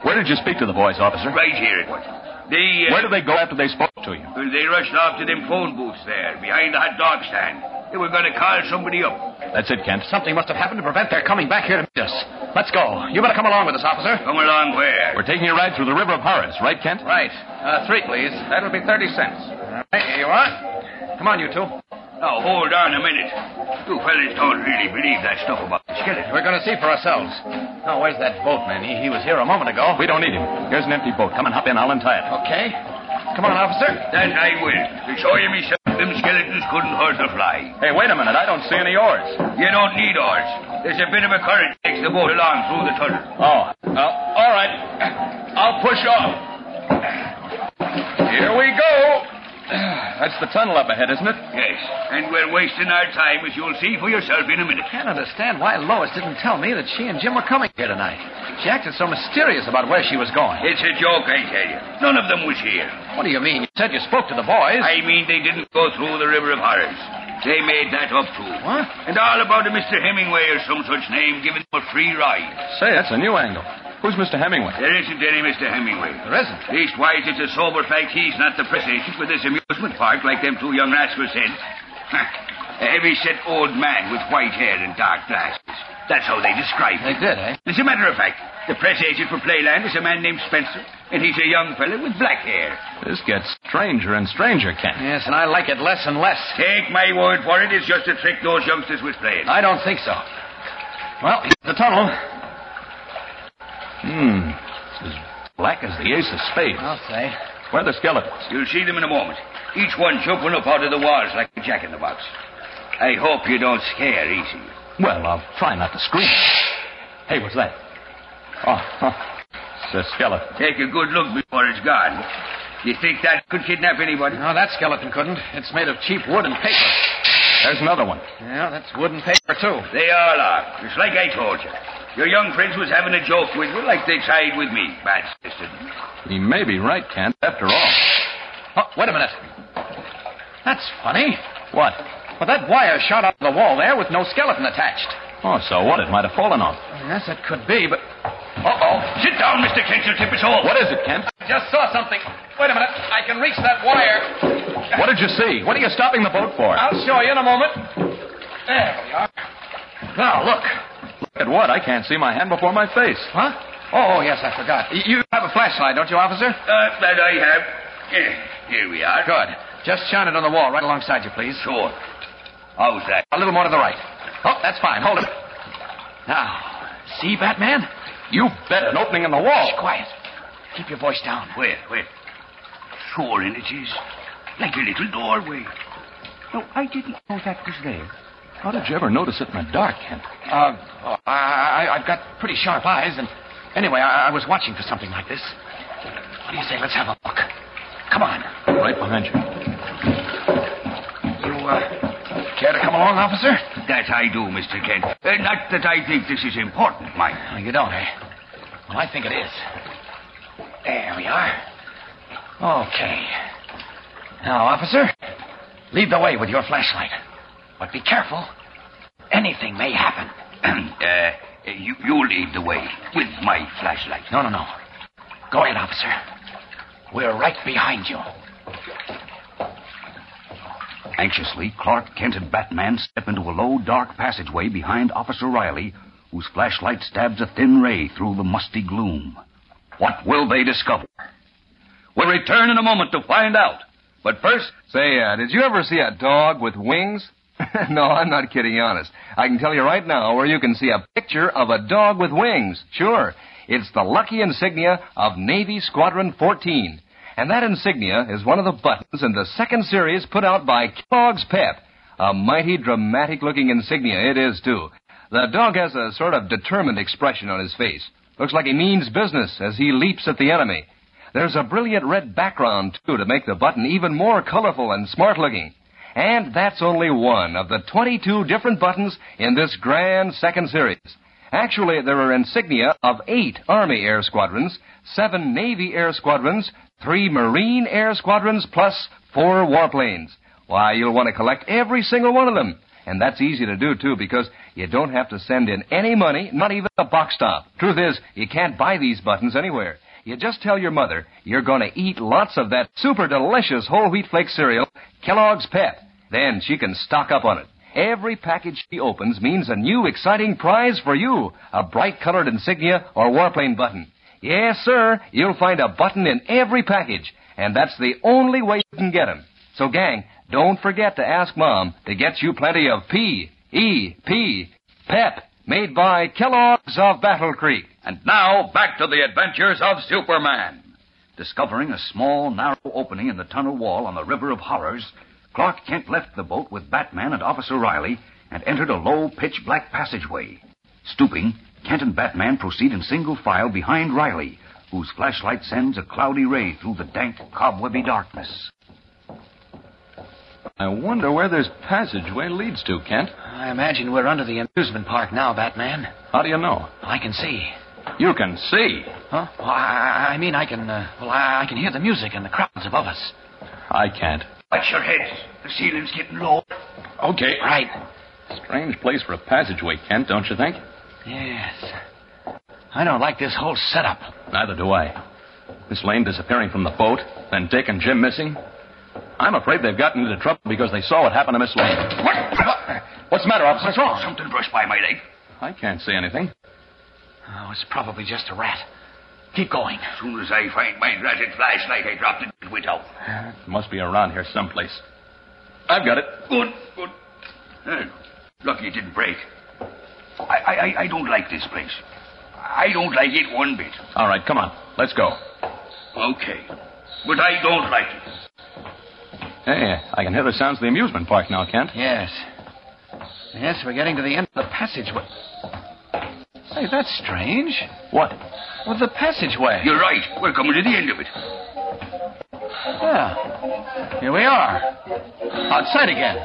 S30: Where did you speak to the boys, officer?
S31: Right here it was. They, uh,
S30: Where did they go after they spoke to you?
S31: Well, They rushed off to them phone booths there, behind the hot dog stand.
S8: They were going to call somebody up.
S14: That's it, Kent. Something must have happened to prevent their coming back here to meet us. Let's go. You better come along with us, officer.
S8: Come along where?
S14: We're taking a ride through the River of Horrors, right, Kent?
S13: Right. Uh, three, please. That'll be 30 cents. All right, here you are. Come on, you two.
S8: Now, hold on a minute. You fellas don't really believe that stuff about the skeleton.
S14: We're going to see for ourselves. Now, where's that boatman? He, he was here a moment ago. We don't need him. Here's an empty boat. Come and hop in. I'll untie it. Okay. Come on, officer.
S8: That I will. To show you myself, them skeletons couldn't hurt a fly.
S14: Hey, wait a minute. I don't see any oars.
S8: You don't need ours. There's a bit of a current takes the boat along through the tunnel.
S14: Oh. Uh, all right. I'll push off. Here we go. That's the tunnel up ahead, isn't it?
S8: Yes, and we're wasting our time, as you'll see for yourself in a minute.
S13: I can't understand why Lois didn't tell me that she and Jim were coming here tonight. She acted so mysterious about where she was going.
S8: It's a joke, I tell you. None of them was here.
S13: What do you mean? You said you spoke to the boys.
S8: I mean, they didn't go through the River of Horrors. They made that up, too.
S13: What?
S8: And all about a Mr. Hemingway or some such name giving them a free ride.
S14: Say, that's a new angle. Who's Mr. Hemingway?
S8: There isn't any Mr. Hemingway.
S14: There isn't.
S8: Leastwise, it's a sober fact he's not the press agent for this amusement park, like them two young rascals said. a heavy-set old man with white hair and dark glasses. That's how they described
S13: They
S8: him.
S13: did, eh?
S8: As a matter of fact, the press agent for Playland is a man named Spencer, and he's a young fellow with black hair.
S14: This gets stranger and stranger, Kent.
S13: Yes, and I like it less and less.
S8: Take my word for it, it's just a trick those youngsters was playing.
S13: I don't think so. Well, here's the tunnel.
S14: Hmm. It's as black as the ace of spades.
S13: I'll say.
S14: Where are the skeletons?
S8: You'll see them in a moment. Each one jumping up out of the walls like a jack in the box. I hope you don't scare easy.
S14: Well, I'll try not to scream. Hey, what's that? Oh, huh. it's a skeleton.
S8: Take a good look before it's gone. You think that could kidnap anybody?
S13: No, that skeleton couldn't. It's made of cheap wood and paper.
S14: There's another one.
S13: Yeah, that's wood and paper, too.
S8: They all are. Just like I told you. Your young friends was having a joke with you, like they tried with me, bad sister. Uh,
S14: He may be right, Kent, after all.
S13: Oh, wait a minute. That's funny.
S14: What?
S13: Well, that wire shot out of the wall there with no skeleton attached.
S14: Oh, so what? It might have fallen off.
S13: Yes, that could be, but.
S8: Uh-oh. Sit down, Mr. Kent. You'll tip us all.
S14: What is it, Kent?
S13: I just saw something. Wait a minute. I can reach that wire.
S14: What did you see? What are you stopping the boat for?
S13: I'll show you in a moment. There we are. Now, look.
S14: Look at what? I can't see my hand before my face.
S13: Huh? Oh, yes, I forgot. Y- You have a flashlight, don't you, officer?
S8: Uh, that I have. Here, here we are.
S13: Good. Just shine it on the wall right alongside you, please.
S8: Sure. How's that?
S13: A little more to the right. Oh, that's fine. Hold it. Now, see, Batman?
S14: You bet an opening in the wall.
S13: Shh, quiet. Keep your voice down.
S8: Where, where? Sure, and it is. Like a little doorway. No, I didn't know that was there.
S14: How did you ever notice it in the dark, Kent?
S13: Uh, oh, I, I, I've got pretty sharp eyes, and anyway, I, I was watching for something like this. What do you say? Let's have a look. Come on.
S14: Right behind you.
S13: You, uh, care to come along, officer?
S8: That I do, Mr. Kent. Uh, not that I think this is important, Mike.
S13: Oh, you don't, eh? Well, I think it is. There we are. Okay. Now, officer, lead the way with your flashlight. But be careful. Anything may happen.
S8: uh, you, you lead the way with my flashlight.
S13: No, no, no. Go ahead, officer. We're right behind you.
S32: Anxiously, Clark Kent and Batman step into a low, dark passageway behind Officer Riley, whose flashlight stabs a thin ray through the musty gloom. What will they discover?
S14: We'll return in a moment to find out. But first, say, uh, did you ever see a dog with wings? [laughs] no, I'm not kidding, honest. I can tell you right now where you can see a picture of a dog with wings. Sure. It's the lucky insignia of Navy Squadron 14. And that insignia is one of the buttons in the second series put out by Kellogg's Pep. A mighty dramatic looking insignia it is, too. The dog has a sort of determined expression on his face. Looks like he means business as he leaps at the enemy. There's a brilliant red background, too, to make the button even more colorful and smart looking. And that's only one of the 22 different buttons in this grand second series. Actually, there are insignia of eight Army Air Squadrons, seven Navy Air Squadrons, three Marine Air Squadrons, plus four warplanes. Why, you'll want to collect every single one of them. And that's easy to do, too, because you don't have to send in any money, not even a box top. Truth is, you can't buy these buttons anywhere. You just tell your mother you're going to eat lots of that super delicious whole wheat flake cereal, Kellogg's Pep. Then she can stock up on it. Every package she opens means a new exciting prize for you a bright colored insignia or warplane button. Yes, sir, you'll find a button in every package, and that's the only way you can get 'em. So, gang, don't forget to ask Mom to get you plenty of P E P Pep, made by Kellogg's of Battle Creek.
S8: And now, back to the adventures of Superman. Discovering a small, narrow opening in the tunnel wall on the River of Horrors, Clark Kent left the boat with Batman and Officer Riley and entered a low, pitch black passageway. Stooping, Kent and Batman proceed in single file behind Riley, whose flashlight sends a cloudy ray through the dank, cobwebby darkness.
S14: I wonder where this passageway leads to, Kent.
S13: I imagine we're under the amusement park now, Batman.
S14: How do you know?
S13: I can see.
S14: You can see.
S13: Huh? Well, I, I mean, I can. Uh, well, I, I can hear the music and the crowds above us.
S14: I can't.
S13: Watch your heads. The ceiling's getting low.
S14: Okay.
S13: Right.
S14: Strange place for a passageway, Kent, don't you think?
S13: Yes. I don't like this whole setup.
S14: Neither do I. Miss Lane disappearing from the boat, then Dick and Jim missing. I'm afraid they've gotten into trouble because they saw what happened to Miss Lane.
S13: What?
S14: What's the matter, officer?
S13: What's wrong? Something brushed by my leg.
S14: I can't see anything.
S13: Oh, it's probably just a rat. Keep going.
S31: As soon as I find my ratted flashlight, I dropped it. It went out.
S14: It must be around here someplace. I've got it.
S31: Good, good. Eh, lucky it didn't break. I, I, I- I don't like this place. I don't like it one bit.
S14: All right, come on. Let's go.
S31: Okay. But I don't like it.
S14: Hey, I can hear the sounds of the amusement park now, Kent.
S13: Yes. Yes, we're getting to the end of the passageway. Say, that's strange.
S14: What?
S13: Well, the passageway.
S31: You're right. We're coming to the end of it.
S13: Yeah. Here we are. Outside again.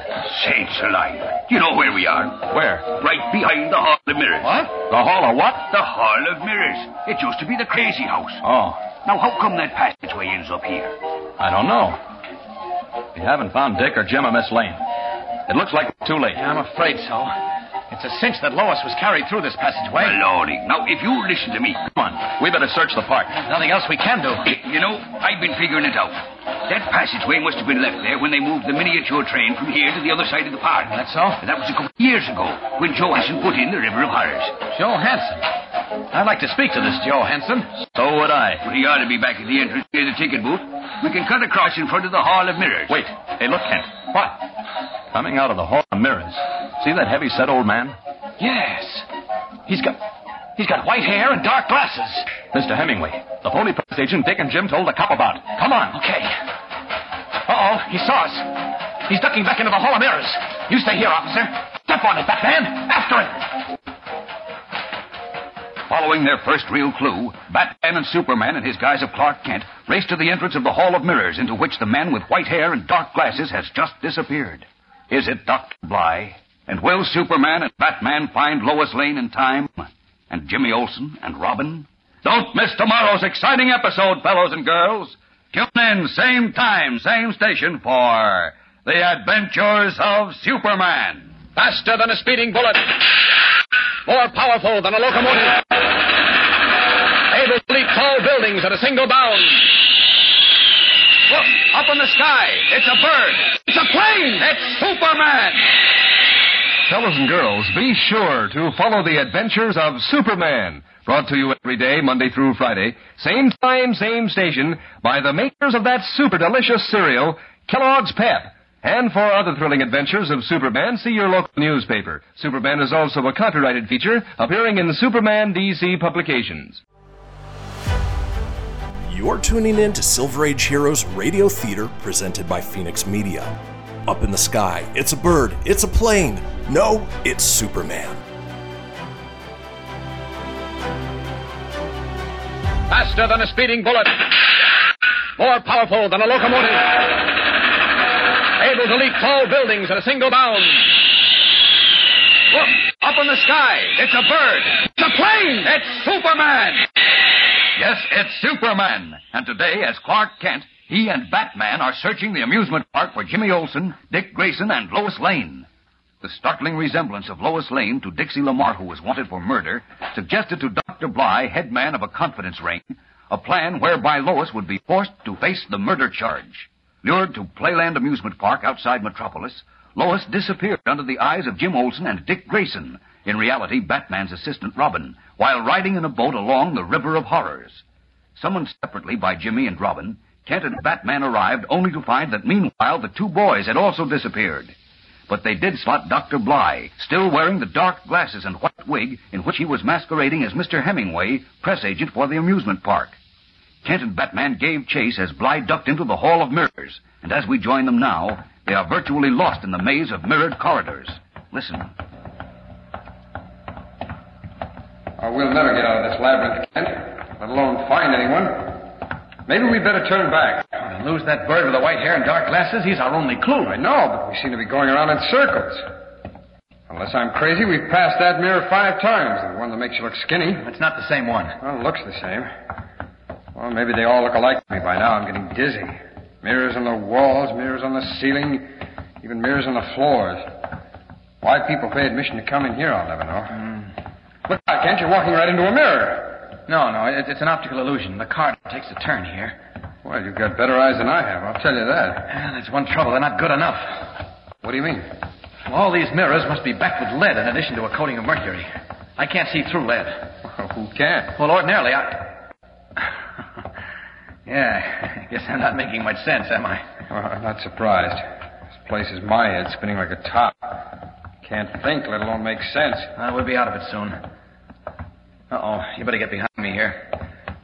S31: Saints alive. You know where we are?
S14: Where?
S31: Right behind the Hall of Mirrors.
S13: What?
S14: The Hall of what?
S31: The Hall of Mirrors. It used to be the crazy house.
S14: Oh,
S31: Now, how come that passageway ends up here?
S14: I don't know. We haven't found Dick or Jim or Miss Lane. It looks like it's too late.
S13: Yeah, I'm afraid so. It's a cinch that Lois was carried through this passageway.
S31: Maloney. Now, if you listen to me.
S14: Come on. We better search the park.
S13: Nothing else we can do.
S31: You know, I've been figuring it out. That passageway must have been left there when they moved the miniature train from here to the other side of the park.
S13: That's so?
S31: That was a couple of years ago when Joe Hanson put in the River of Horrors.
S13: Joe Hanson. I'd like to speak to this Joe Hanson.
S14: So would I.
S31: Well, he ought to be back at the entrance near the ticket booth. We can cut across in front of the Hall of Mirrors.
S14: Wait. Hey, look, Kent. What? Coming out of the Hall of Mirrors. See that heavy set old man?
S13: Yes. He's got he's got white hair and dark glasses.
S14: Mr. Hemingway. The pony press agent Dick and Jim told the cop about. Come on.
S13: Okay. Uh oh, he saw us. He's ducking back into the Hall of Mirrors. You stay here, officer. Step on it, Batman. After it.
S8: Following their first real clue, Batman and Superman in his guise of Clark Kent race to the entrance of the Hall of Mirrors into which the man with white hair and dark glasses has just disappeared. Is it Dr. Bly? And will Superman and Batman find Lois Lane in time? And Jimmy Olsen and Robin? Don't miss tomorrow's exciting episode, fellows and girls. Tune in same time, same station for The Adventures of Superman.
S12: Faster than a speeding bullet. More powerful than a locomotive. Able to leap tall buildings at a single bound.
S8: Look, up in the sky. It's a bird. It's a plane. It's Superman.
S14: Fellows and girls, be sure to follow the adventures of Superman, brought to you every day, Monday through Friday, same time, same station, by the makers of that super delicious cereal, Kellogg's Pep. And for other thrilling adventures of Superman, see your local newspaper. Superman is also a copyrighted feature appearing in Superman DC publications.
S1: You're tuning in to Silver Age Heroes Radio Theater presented by Phoenix Media. Up in the sky, it's a bird, it's a plane. No, it's Superman.
S12: Faster than a speeding bullet. More powerful than a locomotive. Able to leap tall buildings at a single bound.
S8: Look, up in the sky. It's a bird. It's a plane. It's Superman. Yes, it's Superman. And today, as Clark Kent, he and Batman are searching the amusement park for Jimmy Olsen, Dick Grayson, and Lois Lane. The startling resemblance of Lois Lane to Dixie Lamar, who was wanted for murder, suggested to Dr. Bly, headman of a confidence ring, a plan whereby Lois would be forced to face the murder charge. Lured to Playland Amusement Park outside Metropolis, Lois disappeared under the eyes of Jim Olson and Dick Grayson, in reality, Batman's assistant Robin, while riding in a boat along the River of Horrors. Summoned separately by Jimmy and Robin, Kent and Batman arrived only to find that meanwhile the two boys had also disappeared. But they did spot Dr. Bly, still wearing the dark glasses and white wig in which he was masquerading as Mr. Hemingway, press agent for the amusement park. Kent and Batman gave chase as Bly ducked into the Hall of Mirrors, and as we join them now, they are virtually lost in the maze of mirrored corridors. Listen.
S33: Or Uh, we'll never get out of this labyrinth, Kent, let alone find anyone. Maybe we better turn back.
S13: Lose that bird with the white hair and dark glasses? He's our only clue.
S33: I know, but we seem to be going around in circles. Unless I'm crazy, we've passed that mirror five times. The one that makes you look skinny.
S13: It's not the same one.
S33: Well, it looks the same. Well, maybe they all look alike to me by now. I'm getting dizzy. Mirrors on the walls, mirrors on the ceiling, even mirrors on the floors. Why people pay admission to come in here, I'll never know.
S13: Hmm.
S33: Look out, Kent, you're walking right into a mirror.
S13: No, no, it, it's an optical illusion. The card takes a turn here.
S33: Well, you've got better eyes than I have, I'll tell you that.
S13: Well, that's one trouble. They're not good enough.
S33: What do you mean?
S13: Well, all these mirrors must be backed with lead in addition to a coating of mercury. I can't see through lead.
S33: Who can?
S13: Well, ordinarily, I. [laughs] yeah, I guess I'm not making much sense, am I?
S33: Well, I'm not surprised. This place is my head spinning like a top. Can't think, let alone make sense.
S13: Uh, we'll be out of it soon. Uh oh, you better get behind me here.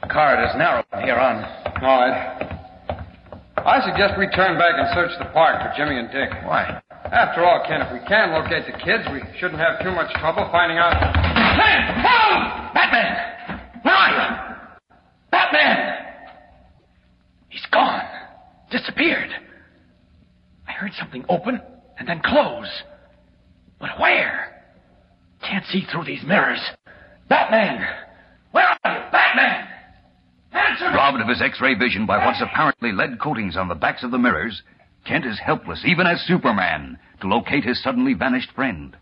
S13: The corridor's narrow from here on.
S33: All right. I suggest we turn back and search the park for Jimmy and Dick.
S13: Why?
S33: After all, Ken, if we can locate the kids, we shouldn't have too much trouble finding out.
S13: Ken! Help! Batman! Where are you? Batman! He's gone. Disappeared. I heard something open and then close. But where? Can't see through these mirrors. Batman! Where are you? Batman! Answer me!
S8: Robbed of his X ray vision by what's apparently lead coatings on the backs of the mirrors, Kent is helpless, even as Superman, to locate his suddenly vanished friend.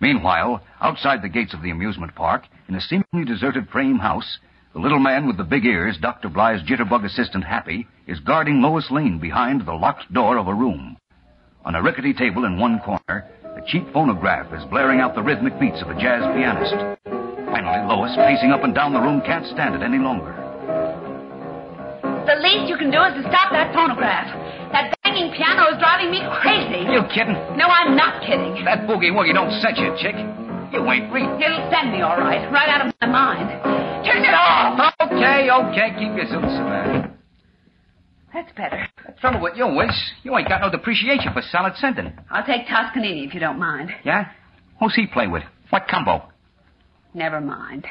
S8: Meanwhile, outside the gates of the amusement park, in a seemingly deserted frame house, the little man with the big ears, Dr. Bly's jitterbug assistant Happy, is guarding Lois Lane behind the locked door of a room. On a rickety table in one corner, a cheap phonograph is blaring out the rhythmic beats of a jazz pianist. Finally, Lois, pacing up and down the room, can't stand it any longer.
S20: The least you can do is to stop that phonograph. That banging piano is driving me crazy.
S12: You kidding?
S20: No, I'm not kidding.
S12: That boogie woogie don't set you, chick. You ain't real.
S20: It'll send me all right, right out of my mind. Turn it off!
S12: Okay,
S8: oh.
S12: okay, keep your suits about.
S20: That's better.
S12: Trouble with you is, you ain't got no depreciation for solid sending.
S20: I'll take Toscanini if you don't mind.
S12: Yeah? Who's he play with? What combo?
S20: Never mind.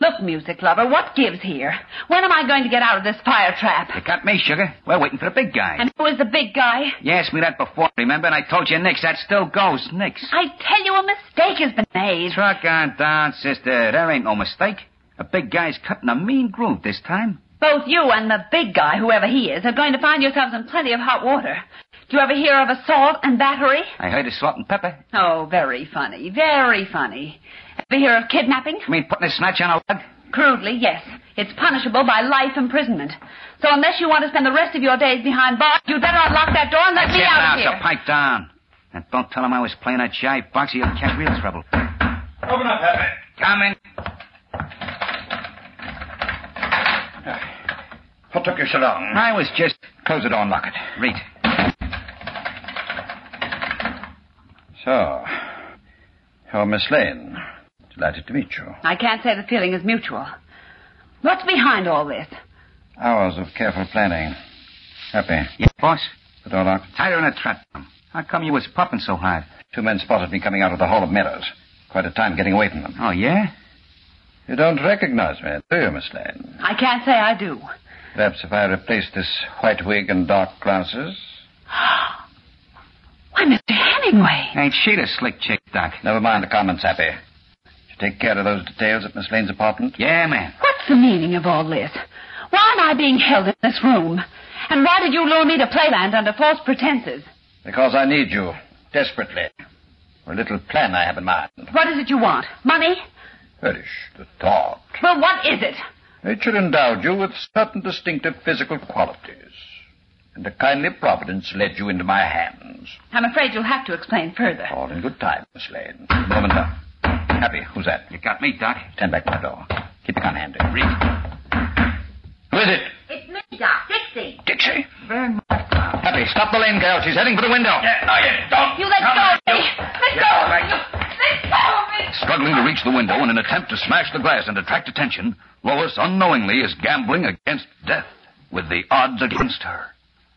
S20: Look, music lover, what gives here? When am I going to get out of this fire trap?
S12: You got me, sugar. We're waiting for the big guy.
S20: And who is the big guy?
S12: You asked me that before, remember? And I told you Nix. That still goes, Nix.
S20: I tell you, a mistake has been made.
S12: Truck on down, sister. There ain't no mistake. The big guy's cutting a mean groove this time.
S20: Both you and the big guy, whoever he is, are going to find yourselves in plenty of hot water. Do you ever hear of assault and battery?
S12: I heard a slot and pepper.
S20: Oh, very funny, very funny. Ever hear of kidnapping?
S12: You mean putting a snatch on a lug?
S20: Crudely, yes. It's punishable by life imprisonment. So unless you want to spend the rest of your days behind bars, you'd better unlock that door and let
S12: That's
S20: me
S12: it
S20: out
S12: now,
S20: of here.
S12: so pipe down. And don't tell him I was playing a jive boxer. You'll catch real trouble.
S33: Open up, Batman.
S12: Come in.
S33: What took you so long?
S12: I was just...
S33: Close the door and lock it.
S12: Read.
S33: So, you're Miss Lane. Delighted to meet you.
S20: I can't say the feeling is mutual. What's behind all this?
S33: Hours of careful planning. Happy.
S12: Yes, boss?
S33: The door locked.
S12: Tighter than a trap. drum. How come you was popping so hard?
S33: Two men spotted me coming out of the Hall of Mirrors. Quite a time getting away from them.
S12: Oh, yeah?
S33: You don't recognize me, do you, Miss Lane?
S20: I can't say I do. [gasps]
S33: Perhaps if I replace this white wig and dark glasses.
S20: Why, Mr. Hemingway.
S12: Ain't she the slick chick, Doc?
S33: Never mind the comments, Happy. You take care of those details at Miss Lane's apartment?
S12: Yeah, man.
S20: What's the meaning of all this? Why am I being held in this room? And why did you lure me to Playland under false pretenses?
S33: Because I need you. Desperately. For a little plan I have in mind.
S20: What is it you want? Money?
S33: Perish the thought.
S20: Well, what is it?
S33: Nature endowed you with certain distinctive physical qualities.
S8: and a kindly providence led you into my hands.
S20: I'm afraid you'll have to explain further.
S8: All in good time, Miss Lane. Moment
S33: uh,
S8: now. Happy, who's that? You got me, Doc. Stand back my door. Keep your gun handy. Read. Who is it?
S15: It's me, Doc. Dixie.
S8: Dixie? Happy, stop the lane girl. She's heading for the window. no, you don't.
S15: You let go of me. Let go
S8: of
S15: me. Let go of me.
S34: Struggling to reach the window in an attempt to smash the glass and attract attention, Lois unknowingly is gambling against death with the odds against her.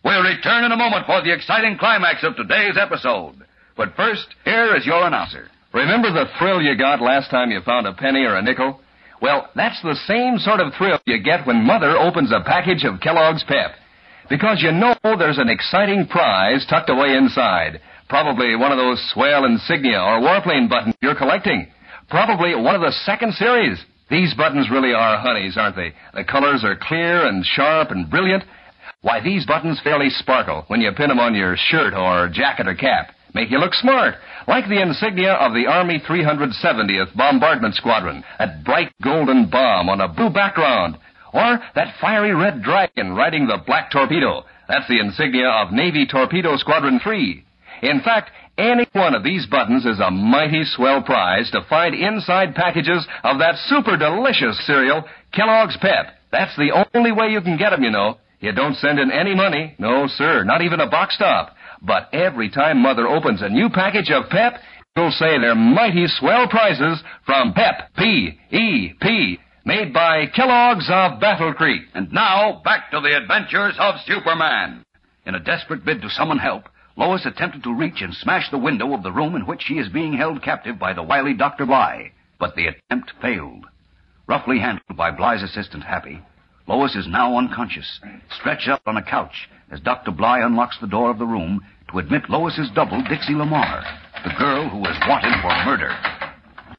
S14: We'll return in a moment for the exciting climax of today's episode. But first, here is your announcer. Remember the thrill you got last time you found a penny or a nickel? Well, that's the same sort of thrill you get when Mother opens a package of Kellogg's Pep. Because you know there's an exciting prize tucked away inside. Probably one of those swell insignia or warplane buttons you're collecting. Probably one of the second series. These buttons really are honeys, aren't they? The colors are clear and sharp and brilliant. Why, these buttons fairly sparkle when you pin them on your shirt or jacket or cap. Make you look smart, like the insignia of the Army 370th Bombardment Squadron, that bright golden bomb on a blue background, or that fiery red dragon riding the black torpedo. That's the insignia of Navy Torpedo Squadron 3. In fact, any one of these buttons is a mighty swell prize to find inside packages of that super delicious cereal, Kellogg's Pep. That's the only way you can get 'em, you know. You don't send in any money. No, sir, not even a box top. But every time Mother opens a new package of Pep, you'll say they're mighty swell prizes from Pep, E P-E-P, made by Kellogg's of Battle Creek. And now,
S34: Back to the adventures of Superman. In a desperate bid to summon help, Lois attempted to reach and smash the window of the room in which she is being held captive by the wily Dr. Bly, but the attempt failed. Roughly handled by Bly's assistant, Happy, Lois is now unconscious, stretched out on a couch as Dr. Bly unlocks the door of the room to admit Lois's double, Dixie Lamar, the girl who was wanted for murder.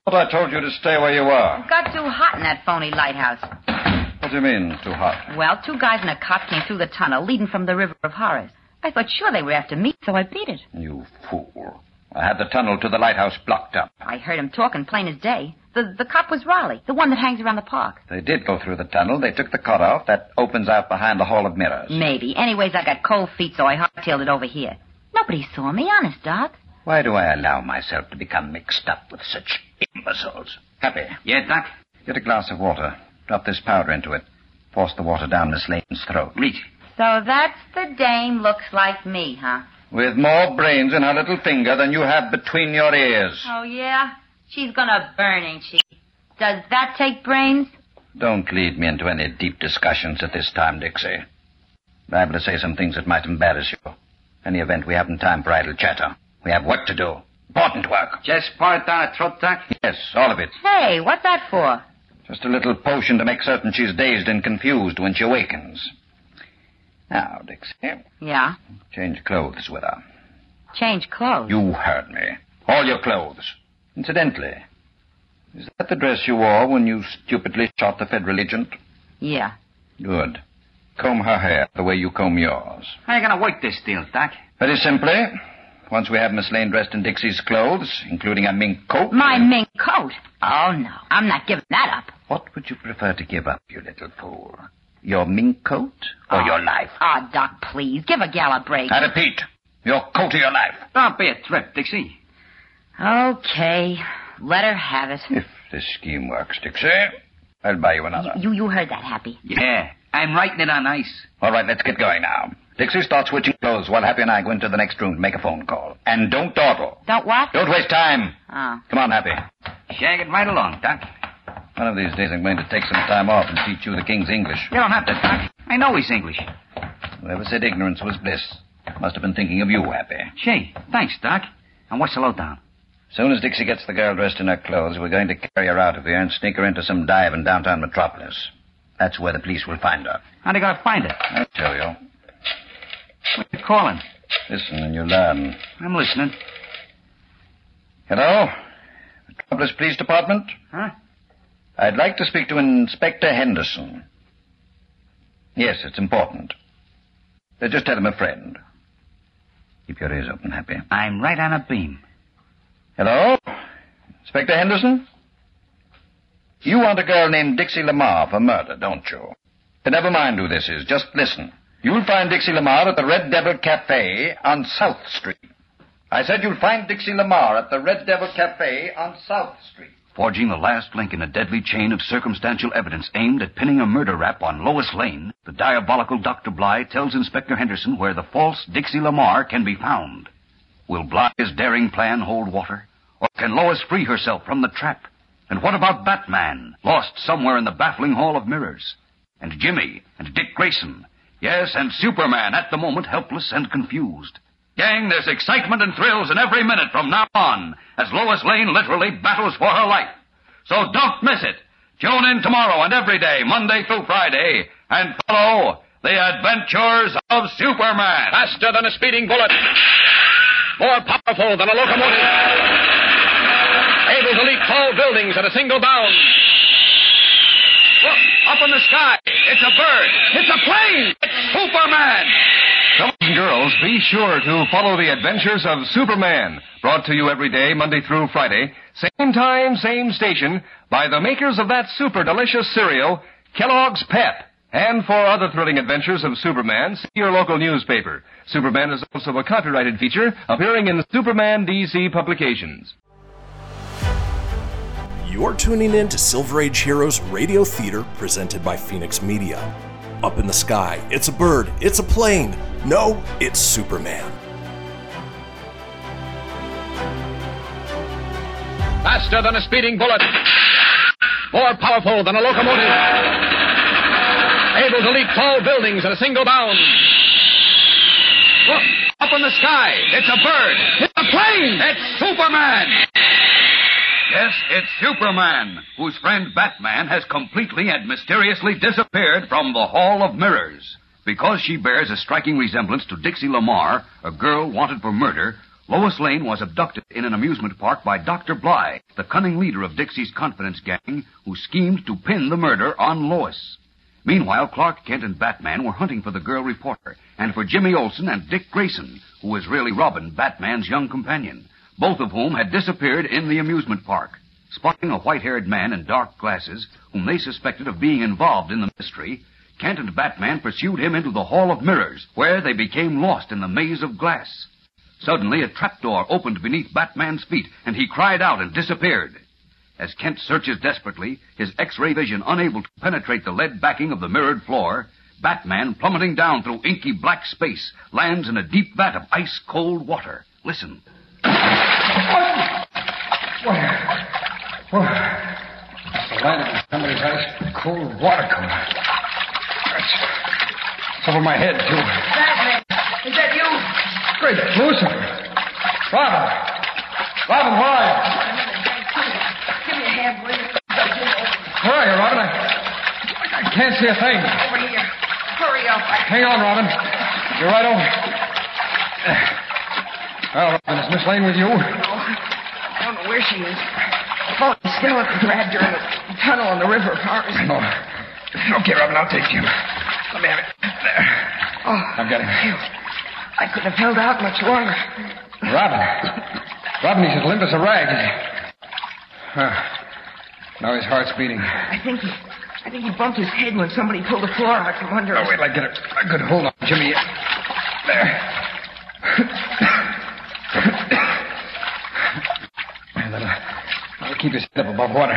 S8: I told you to stay where you are.
S15: It got too hot in that phony lighthouse.
S8: What do you mean, too hot?
S15: Well, two guys and a cop came through the tunnel leading from the River of Horrors. I thought sure they were after me, so I beat it.
S8: You fool. I had the tunnel to the lighthouse blocked up.
S15: I heard him talking plain as day. The, the cop was Raleigh, the one that hangs around the park.
S8: They did go through the tunnel. They took the cut off. That opens out behind the Hall of Mirrors.
S15: Maybe. Anyways, I got cold feet, so I hardtailed it over here. Nobody saw me, honest, Doc.
S8: Why do I allow myself to become mixed up with such imbeciles? Happy.
S12: Yeah, Doc?
S8: Get a glass of water. Drop this powder into it. Force the water down Miss Lane's throat.
S12: Reach.
S15: So that's the dame looks like me, huh?
S8: With more brains in her little finger than you have between your ears.
S15: Oh, yeah? She's gonna burn, ain't she? Does that take brains?
S8: Don't lead me into any deep discussions at this time, Dixie. Liable to say some things that might embarrass you. Any event, we haven't time for idle chatter. We have work to do. Important work.
S12: Just pour it down her throat, Doc?
S8: Yes, all of it.
S15: Hey, what's that for?
S8: Just a little potion to make certain she's dazed and confused when she awakens. Now, Dixie,
S15: Yeah.
S8: change clothes with her.
S15: Change clothes.
S8: You heard me. All your clothes. Incidentally, is that the dress you wore when you stupidly shot the Federal agent?
S15: Yeah.
S8: Good. Comb her hair the way you comb yours.
S12: How you gonna work this deal, Doc?
S8: Very simply, once we have Miss Lane dressed in Dixie's clothes, including a mink coat.
S15: My mink coat. Oh, no. I'm not giving that up.
S8: What would you prefer to give up, you little fool? Your mink coat or your life?
S15: Ah, Doc, please. Give a gal a break.
S8: I repeat, your coat or your life.
S12: Don't be a trip, Dixie.
S15: Okay. Let her have it.
S8: If this scheme works, Dixie, I'll buy you another.
S15: You you heard that, Happy.
S8: Yeah, I'm writing it on ice. All right, let's get going now. Dixie, start switching clothes while Happy and I go into the next room to make a phone call. And don't dawdle.
S15: Don't what?
S8: Don't waste time.
S15: Oh.
S8: Come on, Happy.
S12: Shag it right along, Doc.
S8: One of these days I'm going to take some time off and teach you the King's English.
S12: You don't have to, Doc. I know he's English.
S8: Whoever said ignorance was bliss must have been thinking of you, Happy.
S12: Gee, thanks, Doc. And what's the lowdown?
S8: Soon as Dixie gets the girl dressed in her clothes, we're going to carry her out of here and sneak her into some dive in downtown Metropolis. That's where the police will find her.
S12: How they gonna find it?
S8: I'll tell you.
S12: What you calling?
S8: Listen and you'll learn.
S12: I'm listening.
S8: Hello? Metropolis Police Department?
S12: Huh?
S8: I'd like to speak to Inspector Henderson. Yes, it's important. Uh, Just tell him a friend. Keep your ears open, Happy.
S12: I'm right on a beam.
S8: Hello? Inspector Henderson?
S35: Uh,
S8: You want a girl named Dixie Lamar for murder, don't you? But never mind who this is. Just listen.
S35: You'll find Dixie Lamar at the Red Devil Cafe on South Street. I said you'll find Dixie Lamar at the Red Devil Cafe on South Street.
S8: Forging the last link in a deadly chain of circumstantial evidence aimed at pinning a murder rap on Lois Lane, the diabolical Dr. Bly tells Inspector Henderson where the false Dixie Lamar can be found. Will Bly's daring plan hold water? Or can Lois free herself from the trap? And what about Batman, lost somewhere in the baffling Hall of Mirrors? And Jimmy, and Dick Grayson. Yes, and Superman, at the moment helpless and confused. Gang, there's excitement and thrills in every minute from now on, as Lois Lane literally battles for her life. So don't miss it. Tune in tomorrow and every day, Monday through Friday, and follow the adventures of Superman.
S12: Faster than a speeding bullet. More powerful than a locomotive. Able to leap tall buildings at a single bound. Look, up in the sky. It's a bird. It's a plane. It's Superman.
S14: Fellows and girls, be sure to follow the adventures of Superman, brought to you every day, Monday through Friday, same time, same station, by the makers of that super delicious cereal, Kellogg's Pep. And for other thrilling adventures of Superman, see your local newspaper. Superman is also a copyrighted feature appearing in Superman DC publications.
S1: You're tuning in to Silver Age Heroes Radio Theater presented by Phoenix Media. Up in the sky, it's a bird, it's a plane. No, it's Superman.
S12: Faster than a speeding bullet. More powerful than a locomotive. Able to leap tall buildings at a single bound. Look, up in the sky. It's a bird. It's a plane. It's Superman.
S8: Yes, it's Superman, whose friend Batman has completely and mysteriously disappeared from the Hall of Mirrors. Because she bears a striking resemblance to Dixie Lamar, a girl wanted for murder, Lois Lane was abducted in an amusement park by Dr. Bly, the cunning leader of Dixie's confidence gang, who schemed to pin the murder on Lois. Meanwhile, Clark Kent and Batman were hunting for the girl reporter and for Jimmy Olsen and Dick Grayson, who was really Robin, Batman's young companion, both of whom had disappeared in the amusement park. Spotting a white haired man in dark glasses, whom they suspected of being involved in the mystery, Kent and Batman pursued him into the Hall of Mirrors, where they became lost in the maze of glass. Suddenly, a trapdoor opened beneath Batman's feet, and he cried out and disappeared. As Kent searches desperately, his X ray vision unable to penetrate the lead backing of the mirrored floor, Batman, plummeting down through inky black space, lands in a deep vat of ice cold water. Listen.
S33: The landing in somebody's ice cold water cooler. It's, it's over my head, too.
S11: Batman, is that you?
S33: Great Lucifer. Robin. Robin, where are you?
S11: Give me a hand, will you?
S33: Where are you, Robin? I, I can't see a thing.
S11: Over here. Hurry up.
S33: Hang on, Robin. You're right over. Well, Robin, is Miss Lane with you?
S11: I don't know where she is. Well, I'm still at the grab during the tunnel on the river. Ours.
S33: No. Okay, Robin, I'll take you.
S11: Let me have it. There. Oh,
S33: I've got him.
S11: I couldn't have held out much longer.
S33: Robin. Robin, he's as limp as a rag. Huh. Now his heart's beating.
S11: I think he, I think he bumped his head when somebody pulled the floor out from under
S33: Oh,
S11: us.
S33: wait, I get a, a good hold on Jimmy. There. And that'll, that'll uh, keep his head up above water.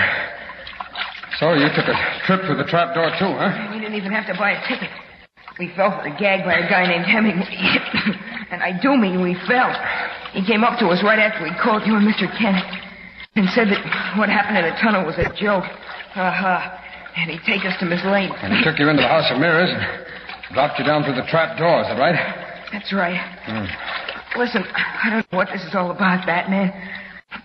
S33: So you took a trip through the trap door, too, huh?
S11: We didn't even have to buy a ticket. We fell for the gag by a guy named Hemingway. [laughs] and I do mean we fell. He came up to us right after we called you and Mr. Kent and said that what happened in the tunnel was a joke. Uh-huh. And he'd take us to Miss Lane.
S33: And he took you into the House of Mirrors and dropped you down through the trap door, is that right?
S11: That's right.
S33: Hmm.
S11: Listen, I don't know what this is all about, Batman,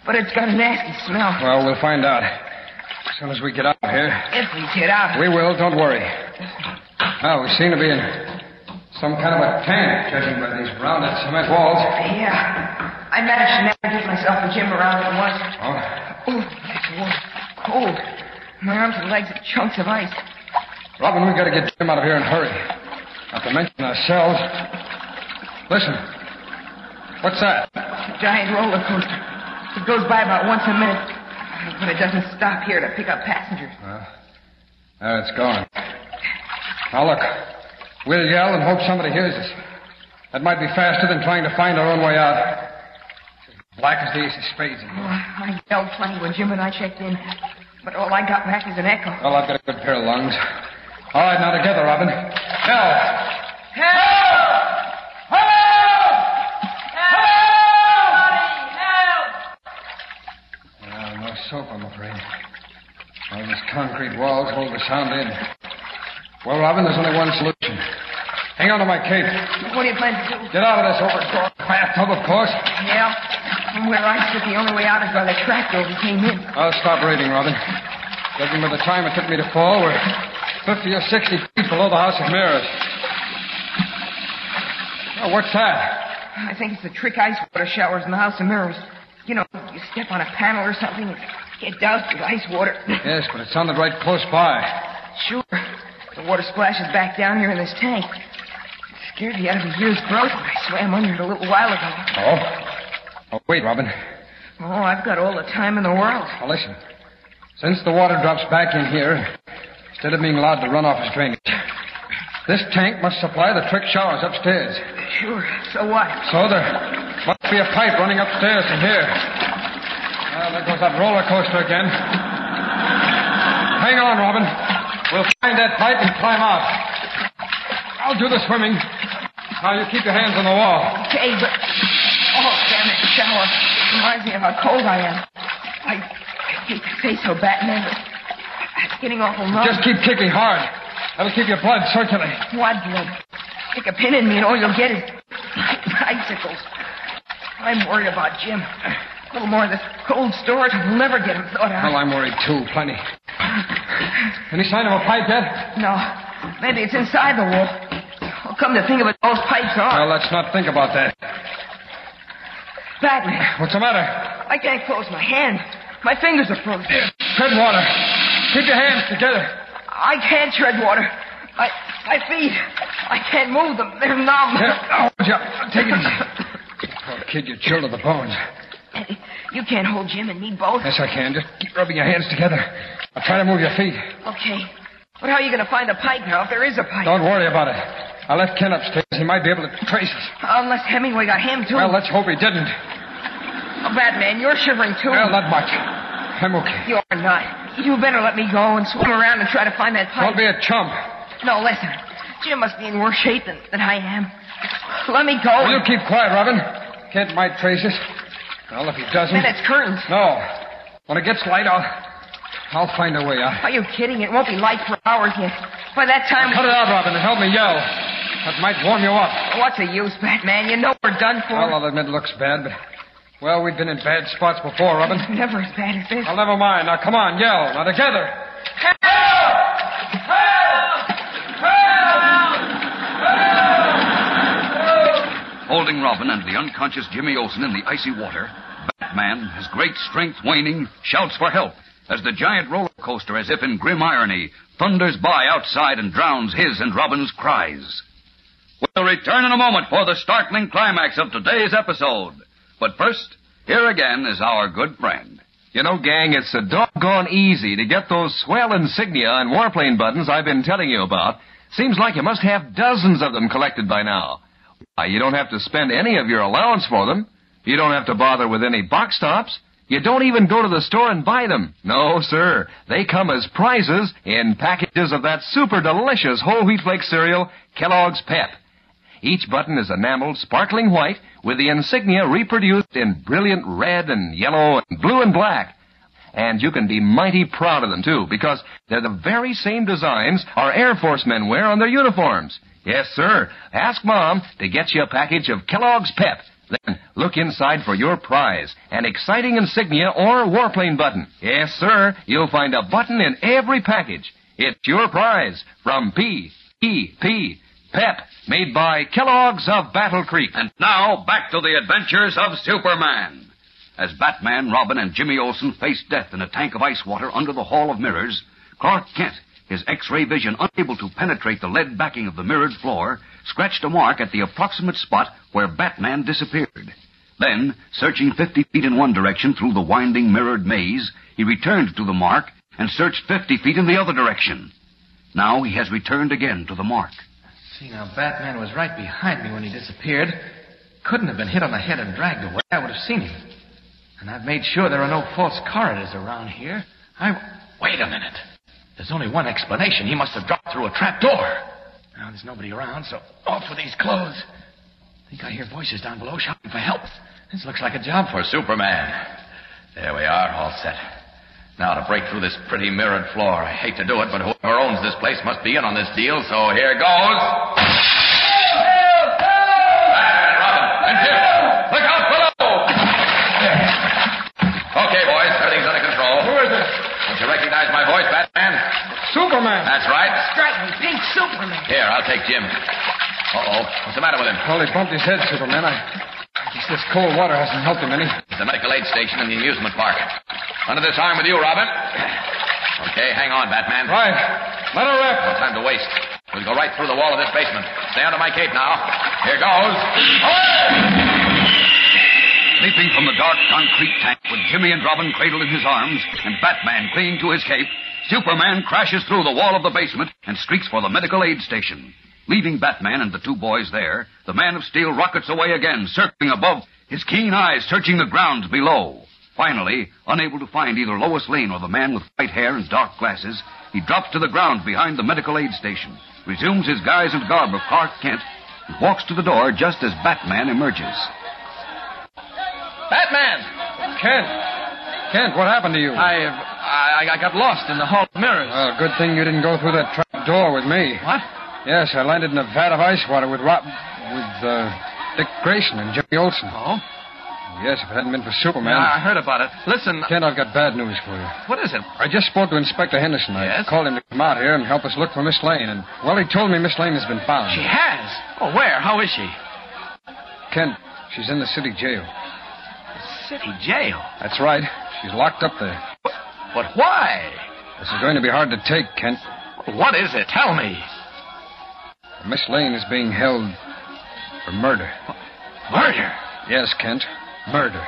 S11: but it's got a nasty smell.
S33: Well, we'll find out. As soon as we get out of here.
S11: If we get out.
S33: We will, don't worry. Now, we seem to be in some kind of a tank, judging by these rounded cement walls.
S11: Yeah. I managed to navigate myself and Jim around at once.
S33: Oh,
S11: Oh, that's warm. Cold. My arms and legs are chunks of ice.
S33: Robin, we've got to get Jim out of here in a hurry. Not to mention ourselves. Listen. What's that?
S11: A giant roller coaster. It goes by about once a minute, but it doesn't stop here to pick up passengers.
S33: There it's going. Now, look. We'll yell and hope somebody hears us. That might be faster than trying to find our own way out. It's as black as the ace of spades. in here.
S11: Oh, I yelled plenty when Jim and I checked in, but all I got back is an echo.
S33: Well, I've got a good pair of lungs. All right, now together, Robin. Now, Well, no soap, I'm afraid. All these concrete walls hold the sound in. Well, Robin, there's only one solution. Hang on to my cape.
S11: What do you plan to do?
S33: Get out of this overgrown bathtub, of course.
S11: Yeah. From where I stood, the only way out is by the trapdoor we came in.
S33: I'll stop reading, Robin. Judging by the time it took me to fall, we're 50 or 60 feet below the House of Mirrors. Oh, what's that?
S11: I think it's the trick ice water showers in the House of Mirrors. You know, you step on a panel or something and get doused with ice water.
S33: Yes, but it sounded right close by.
S11: Sure. The water splashes back down here in this tank. It scared me out of a year's growth when I swam under it a little while ago.
S33: Oh? Oh, wait, Robin.
S11: Oh, I've got all the time in the world.
S33: Now, listen. Since the water drops back in here, instead of being allowed to run off as drainage, this tank must supply the trick showers upstairs.
S11: Sure. So what?
S33: So there must be a pipe running upstairs from here. Well, there goes that roller coaster again. Hang on, Robin. We'll find that pipe and climb out. I'll do the swimming. Now you keep your hands on the wall.
S11: Okay, but. Oh, damn it, shower. Reminds me of how cold I am. I, I hate to say so, Batman, but it's getting awful numb.
S33: Just keep kicking hard. That'll keep your blood circulating.
S11: What blood? Stick a pin in me and all you'll get is icicles. I'm worried about Jim. A little more of this cold storage will never get him thought out.
S33: Well, I'm worried too, plenty. Any sign of a pipe yet?
S11: No, maybe it's inside the wall. Well, come to think of it, those pipes are.
S33: Well, let's not think about that.
S11: Batman,
S33: What's the matter?
S11: I can't close my hand. My fingers are frozen.
S33: Tread water. Keep your hands together.
S11: I can't tread water. I, my feet, I can't move them. They're numb.
S33: Here, oh, yeah, take it
S11: [laughs]
S33: easy. Oh, kid, you're chilled to the bones.
S11: You can't hold Jim and me both.
S33: Yes, I can. Just keep rubbing your hands together. I'll try to move your feet.
S11: Okay. But how are you going to find a pipe now if there is a pipe?
S33: Don't worry about it. I left Ken upstairs. He might be able to trace us.
S11: Unless Oh, Hemingway got him, too.
S33: Well, let's hope he didn't.
S11: Oh, Batman, you're shivering, too.
S33: Well, not much. I'm okay.
S11: You are not. You better let me go and swim around and try to find that pipe.
S33: Don't be a chump.
S11: No, listen. Jim must be in worse shape than, than I am. Let me go.
S33: You keep quiet, Robin. Kent might trace us. Well, if he doesn't.
S11: Then it's curtains.
S33: No. When it gets light, I'll. I'll find a way out.
S11: Are you kidding? It won't be light for hours yet. By that time.
S33: Cut it out, Robin, and help me yell. That might warm you up.
S11: What's the use, Batman? You know we're done for.
S33: Well, I'll admit it looks bad, but. Well, we've been in bad spots before, Robin.
S11: [laughs] Never as bad as this.
S33: Well, never mind. Now, come on, yell. Now, together.
S8: Holding Robin and the unconscious Jimmy Olsen in the icy water, Batman, his great strength waning, shouts for help as the giant roller coaster, as if in grim irony, thunders by outside and drowns his and Robin's cries. We'll return in a moment for the startling climax of today's episode. But first, here again is our good friend.
S14: You know, gang, it's so doggone easy to get those swell insignia and warplane buttons I've been telling you about. Seems like you must have dozens of them collected by now. Why, you don't have to spend any of your allowance for them. You don't have to bother with any box tops. You don't even go to the store and buy them. No, sir. They come as prizes in packages of that super delicious whole wheat flake cereal, Kellogg's Pep. Each button is enameled sparkling white with the insignia reproduced in brilliant red and yellow and blue and black. And you can be mighty proud of them, too, because they're the very same designs our Air Force men wear on their uniforms. Yes, sir. Ask Mom to get you a package of Kellogg's Pep. Then look inside for your prize, an exciting insignia or warplane button. Yes, sir. You'll find a button in every package. It's your prize from E P.E.P. Pep, made by Kellogg's of Battle Creek.
S8: And now, back to the adventures of Superman. As Batman, Robin, and Jimmy Olsen face death in a tank of ice water under the Hall of Mirrors, Clark Kent, his X ray vision unable to penetrate the lead backing of the mirrored floor, scratched a mark at the approximate spot where Batman disappeared. Then, searching 50 feet in one direction through the winding mirrored maze, he returned to the mark and searched 50 feet in the other direction. Now he has returned again to the mark.
S27: See, now, Batman was right behind me when he disappeared. Couldn't have been hit on the head and dragged away. I would have seen him. And I've made sure there are no false corridors around here. I. Wait a minute. There's only one explanation. He must have dropped through a trap door. Now, there's nobody around, so off with these clothes. think I hear voices down below shouting for help. This looks like a job for
S13: For Superman. There we are, all set. Now to break through this pretty mirrored floor. I hate to do it, but whoever owns this place must be in on this deal, so here goes. And Robin, and Jim, look out below! Okay, boys, everything's under control. Who is it? Don't you recognize my voice, Batman?
S33: Superman!
S13: That's right.
S11: Strike me, big Superman.
S13: Here, I'll take Jim. Uh-oh, what's the matter with him?
S33: Well, he bumped his head, Superman. I I guess this cold water hasn't helped him any.
S13: The medical aid station in the amusement park. Under this arm with you, Robin. Okay, hang on, Batman.
S33: Right. Let her rip.
S13: No time to waste. We'll go right through the wall of this basement. Stay under my cape now. Here goes.
S8: Leaping from the dark concrete tank with Jimmy and Robin cradled in his arms and Batman clinging to his cape, Superman crashes through the wall of the basement and streaks for the medical aid station. Leaving Batman and the two boys there, the Man of Steel rockets away again, circling above, his keen eyes searching the grounds below. Finally, unable to find either Lois Lane or the man with white hair and dark glasses, he drops to the ground behind the medical aid station, resumes his guise and garb of Clark Kent, and walks to the door just as Batman emerges.
S27: Batman!
S33: Kent! Kent, what happened to you?
S27: I, I, I got lost in the hall of mirrors.
S33: Well, good thing you didn't go through that trap door with me.
S27: What?
S33: Yes, I landed in a vat of ice water with Rob. with, uh, Dick Grayson and Jimmy Olsen.
S27: Oh?
S33: Yes, if it hadn't been for Superman.
S13: Uh,
S27: Yeah, I heard about it. Listen,
S33: Kent, I've got bad news for you.
S27: what is it?
S33: Oh, I just spoke to Inspector Henderson. I
S27: Yes?
S33: called him to come out here and help us look for Miss Lane. And, well, he told me Miss Lane has been found.
S27: She has. Oh, where? How is she?
S33: Kent, she's in the city jail.
S27: City jail.
S33: That's right. She's locked up there.
S27: But why?
S33: This is going to be hard to take, Kent.
S27: What is it? Tell me.
S33: Miss Lane is being held for murder.
S27: Murder?
S33: Yes, Kent. Murder.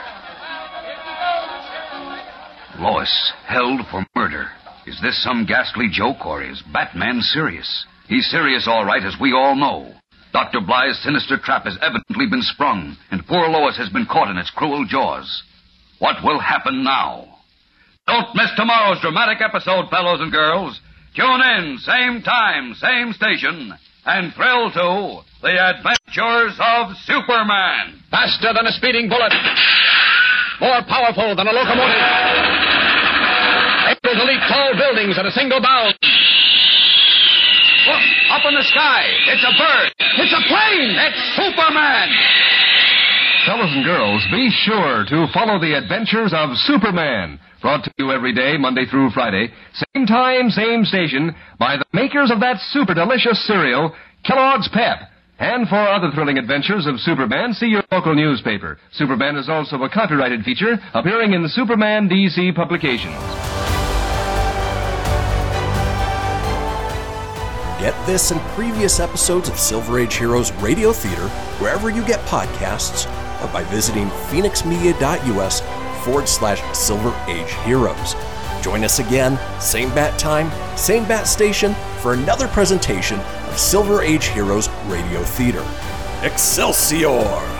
S8: Lois, held for murder. Is this some ghastly joke, or is Batman serious? He's serious, all right, as we all know. Dr. Bly's sinister trap has evidently been sprung, and poor Lois has been caught in its cruel jaws. What will happen now? Don't miss tomorrow's dramatic episode, fellows and girls. Tune in, same time, same station, and thrill to The Adventures of Superman.
S12: Faster than a speeding bullet. More powerful than a locomotive. Able to leap tall buildings at a single bound.
S13: Look, up in the sky. It's a bird. It's a plane. It's Superman.
S14: Fellows and girls, be sure to follow the adventures of Superman, brought to you every day, Monday through Friday, same time, same station, by the makers of that super delicious cereal, Kellogg's Pep. And for other thrilling adventures of Superman, see your local newspaper. Superman is also a copyrighted feature appearing in Superman DC publications.
S1: Get this and previous episodes of Silver Age Heroes Radio Theater wherever you get podcasts or by visiting phoenixmedia.us forward slash Silver Age Heroes. Join us again, same bat time, same bat station, for another presentation of Silver Age Heroes Radio Theater. Excelsior!